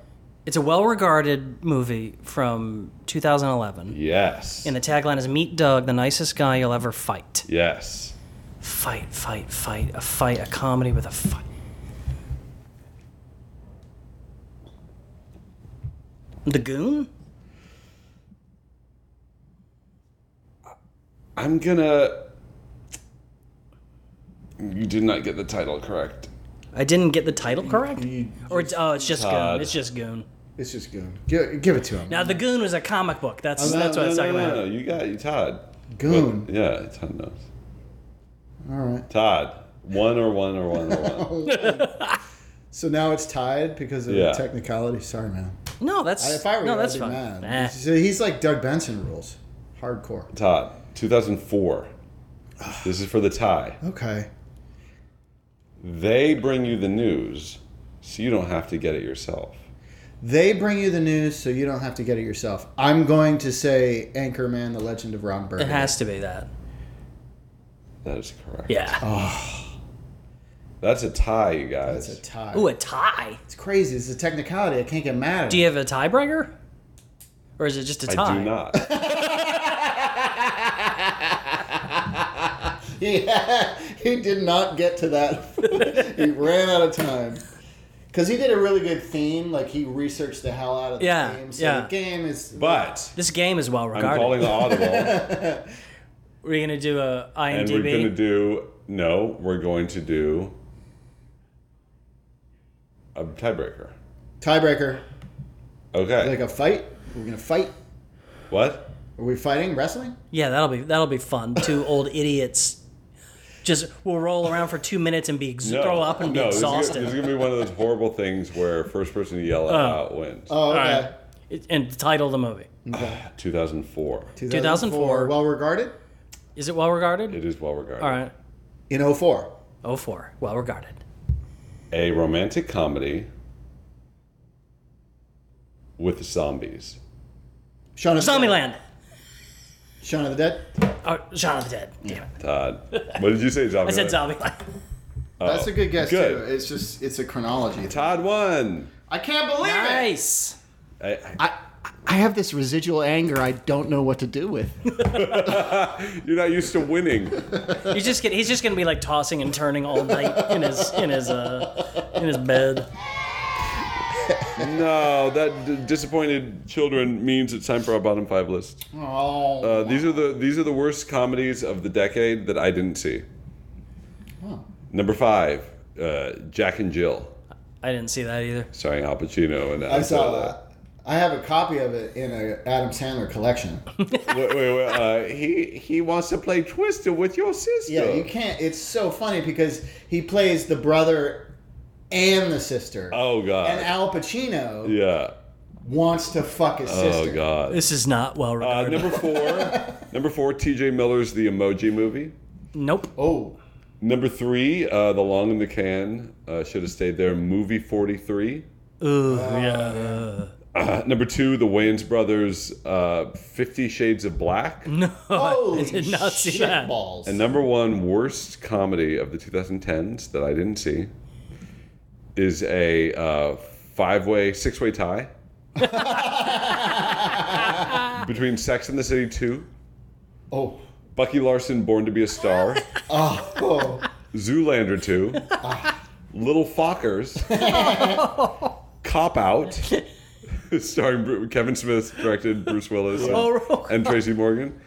S2: It's a well-regarded movie from 2011,
S1: Yes.
S2: and the tagline is "Meet Doug, the nicest guy you'll ever fight."
S1: yes.
S2: Fight, fight, fight. A fight. A comedy with a fight. The Goon.
S1: I'm going to. You did not get the title correct.
S2: I didn't get the title correct.
S3: you
S2: Or it's, oh, it's just Goon.
S1: Todd.
S2: It's just Goon.
S3: It's just goon. Give, give it to him.
S2: Now the Goon was a comic book. That's
S3: Oh, no,
S2: that's what I was talking
S1: no,
S2: about.
S1: no, you got you, Todd.
S3: goon.
S1: Yeah, Todd knows.
S3: All right.
S1: Todd, one or one or one or one.
S3: So now it's tied because of
S1: Yeah.
S3: the technicality. Sorry, man.
S2: No, that's
S3: I- If I were
S2: no,
S3: you,
S2: that's
S3: I'd be
S2: fine. Eh,
S3: mad.
S2: Nah.
S3: So he's like Doug Benson rules, hardcore.
S1: Todd, 2004. This is for the tie.
S3: Okay.
S1: They bring you the news, so you don't have to get it yourself.
S3: They bring you the news, so you don't have to get it yourself. I'm going to say Anchorman: The Legend of Ron Burgundy.
S2: It has to be that.
S1: That is correct.
S2: Yeah.
S1: That's a tie, you guys.
S3: It's a tie.
S1: Oh.
S2: Ooh, a tie.
S3: It's crazy. It's a technicality. I can't get mad at
S2: Do you have a tiebreaker, or is it just a tie?
S1: I do not.
S3: it. Yeah, he did not get to that. he ran out of time. Because he did a really good theme. Like, he researched the hell out of the
S2: Yeah,
S3: game. So
S2: yeah.
S3: the game is...
S1: But
S2: This game is well
S1: I'm
S2: regarded.
S1: calling the audible,
S2: We're gonna do a
S1: and
S2: IMDb.
S1: we're going to do no. We're going to do a tiebreaker.
S3: Tiebreaker.
S1: Okay.
S3: Like a fight? We're going to fight?
S1: what?
S3: Are we fighting? Wrestling?
S2: Yeah, that'll be that'll be fun. Two old idiots just will roll around for two minutes and be ex- throw up and be
S1: no, this is gonna-
S2: exhausted.
S1: This is going to be one of those horrible things where first person to yell it out wins.
S3: Oh, okay.
S2: right. It- and the title of the movie
S1: 2004.
S2: 2004.
S3: Well regarded?
S2: is it well regarded?
S1: It is well regarded.
S2: All right,
S3: In 04.
S2: 04, well regarded.
S1: A romantic comedy with zombies.
S3: Shaun of the Dead.
S2: Zombieland.
S3: Shaun of the Dead.
S2: Oh, Shaun of the Dead. Damn it.
S1: Todd, what did you say, zombie?
S2: I said Zombieland.
S3: That's a good guess,
S1: Oh, good.
S3: too. It's just, it's a chronology.
S1: Todd won.
S3: I can't believe it!
S2: Nice.
S1: I, I-
S3: I, I have this residual anger I don't know what to do with.
S1: you're not used to winning.
S2: You just get, he's just gonna be like tossing and turning all night in his in his uh in his bed.
S1: No, that d- disappointed children means it's time for our bottom five list.
S3: Oh,
S1: Uh, these are the these are the worst comedies of the decade that I didn't see. Number five, uh, Jack and Jill,
S2: I didn't see that either.
S1: starring Al Pacino and
S3: I saw that. I have a copy of it in a Adam Sandler collection.
S1: wait, wait, wait, uh, he he wants to play Twister with your sister.
S3: Yeah, you can't. It's so funny because he plays the brother and the sister.
S1: Oh god.
S3: And Al Pacino
S1: yeah.
S3: wants to fuck his sister.
S1: Oh god.
S2: This is not well
S1: Uh,
S2: regarded.
S1: number four, number four, T.J. Miller's The Emoji Movie.
S2: nope.
S3: Oh,
S1: Number three, uh, The Long and the Can uh, should have stayed there. Movie forty three.
S3: Uh,
S2: Ooh, yeah.
S1: Uh, number two, The Wayans Brothers, uh, Fifty Shades of Black.
S3: Holy
S2: did not see
S3: shit
S2: that.
S3: balls.
S1: And number one worst comedy of the 2010s that I didn't see is a uh, five way, six way tie between Sex and the City 2,
S3: oh,
S1: Bucky Larson, Born to Be a Star,
S3: oh,
S1: Zoolander 2, Little Fockers, Cop Out, starring Bru- Kevin Smith, directed Bruce Willis and,
S2: Oh,
S1: and Tracy Morgan.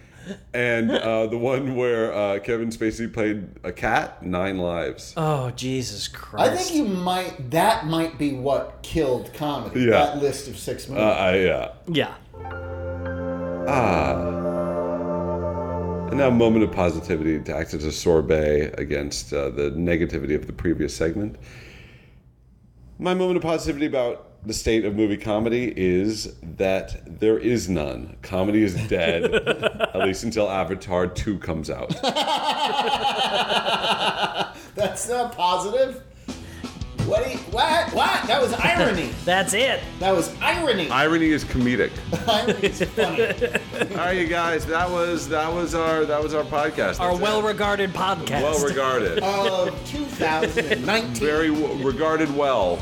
S1: And uh, the one where uh, Kevin Spacey played a cat, Nine Lives.
S2: Oh, Jesus
S3: I
S2: Christ.
S3: think you might. That might be what killed comedy.
S1: Yeah.
S3: That list of six movies.
S1: Uh, I, yeah.
S2: yeah.
S1: Ah. And now, a moment of positivity to act as a sorbet against uh, the negativity of the previous segment. My moment of positivity about the state of movie comedy is that there is none. Comedy is dead, at least until Avatar 2 comes out.
S3: That's not positive. What? do you- what? What? That was irony.
S2: That's it.
S3: that was irony.
S1: Irony is comedic.
S3: Irony is funny.
S1: All right, you guys, that was that was our that was our podcast.
S2: Our well regarded podcast.
S1: well regarded.
S3: Of 2019.
S1: very w- regarded well.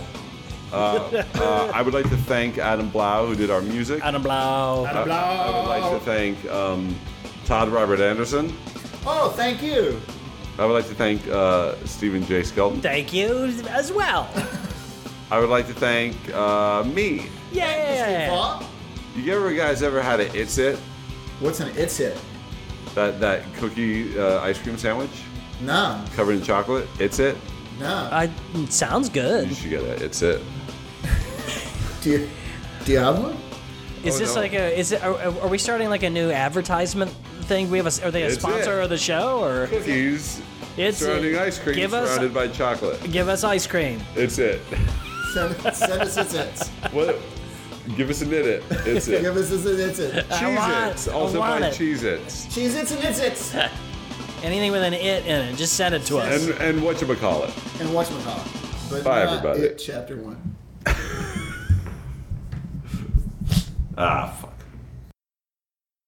S1: Uh, uh, I would like to thank Adam Blau, who did our music.
S2: Adam Blau.
S1: I- I would like to thank um, Todd Robert Anderson.
S3: Oh, thank you.
S1: I would like to thank uh, Stephen J. Skelton.
S2: Thank you as well.
S1: I would like to thank uh, me.
S2: Yeah.
S3: Bob?
S1: You ever guys ever had a It's It?
S3: What's an it's it?
S1: That, that cookie uh, ice cream sandwich
S3: No,
S1: covered in chocolate? It's It?
S3: no.
S2: I, it sounds
S1: You
S2: good.
S1: should get it. It's It.
S3: Do you, do you have one?
S2: Is
S1: Oh,
S2: this
S1: no.
S2: like a? Is it? Are, are we starting like a new advertisement thing? We have a. Are they a
S1: It's
S2: sponsor
S1: it.
S2: of the show or?
S1: Cookies
S2: It's
S1: surrounding
S2: it.
S1: ice cream
S2: Give us-
S1: surrounded by chocolate.
S2: Give us ice cream.
S1: It's It.
S3: Send, send us its it's.
S1: What? Give us an it. It's it.
S3: Give us its it's it.
S2: want-
S1: Cheez-Its.
S2: I
S1: Also
S2: want
S1: by
S2: it.
S1: Cheez-Its.
S3: Cheese it's and it's it's.
S2: Anything with an it in it, just send it to us.
S1: And and whatchamacallit.
S3: And watch my talk. But
S1: Bye,
S3: not
S1: everybody.
S3: It, chapter one.
S1: Ah, fuck.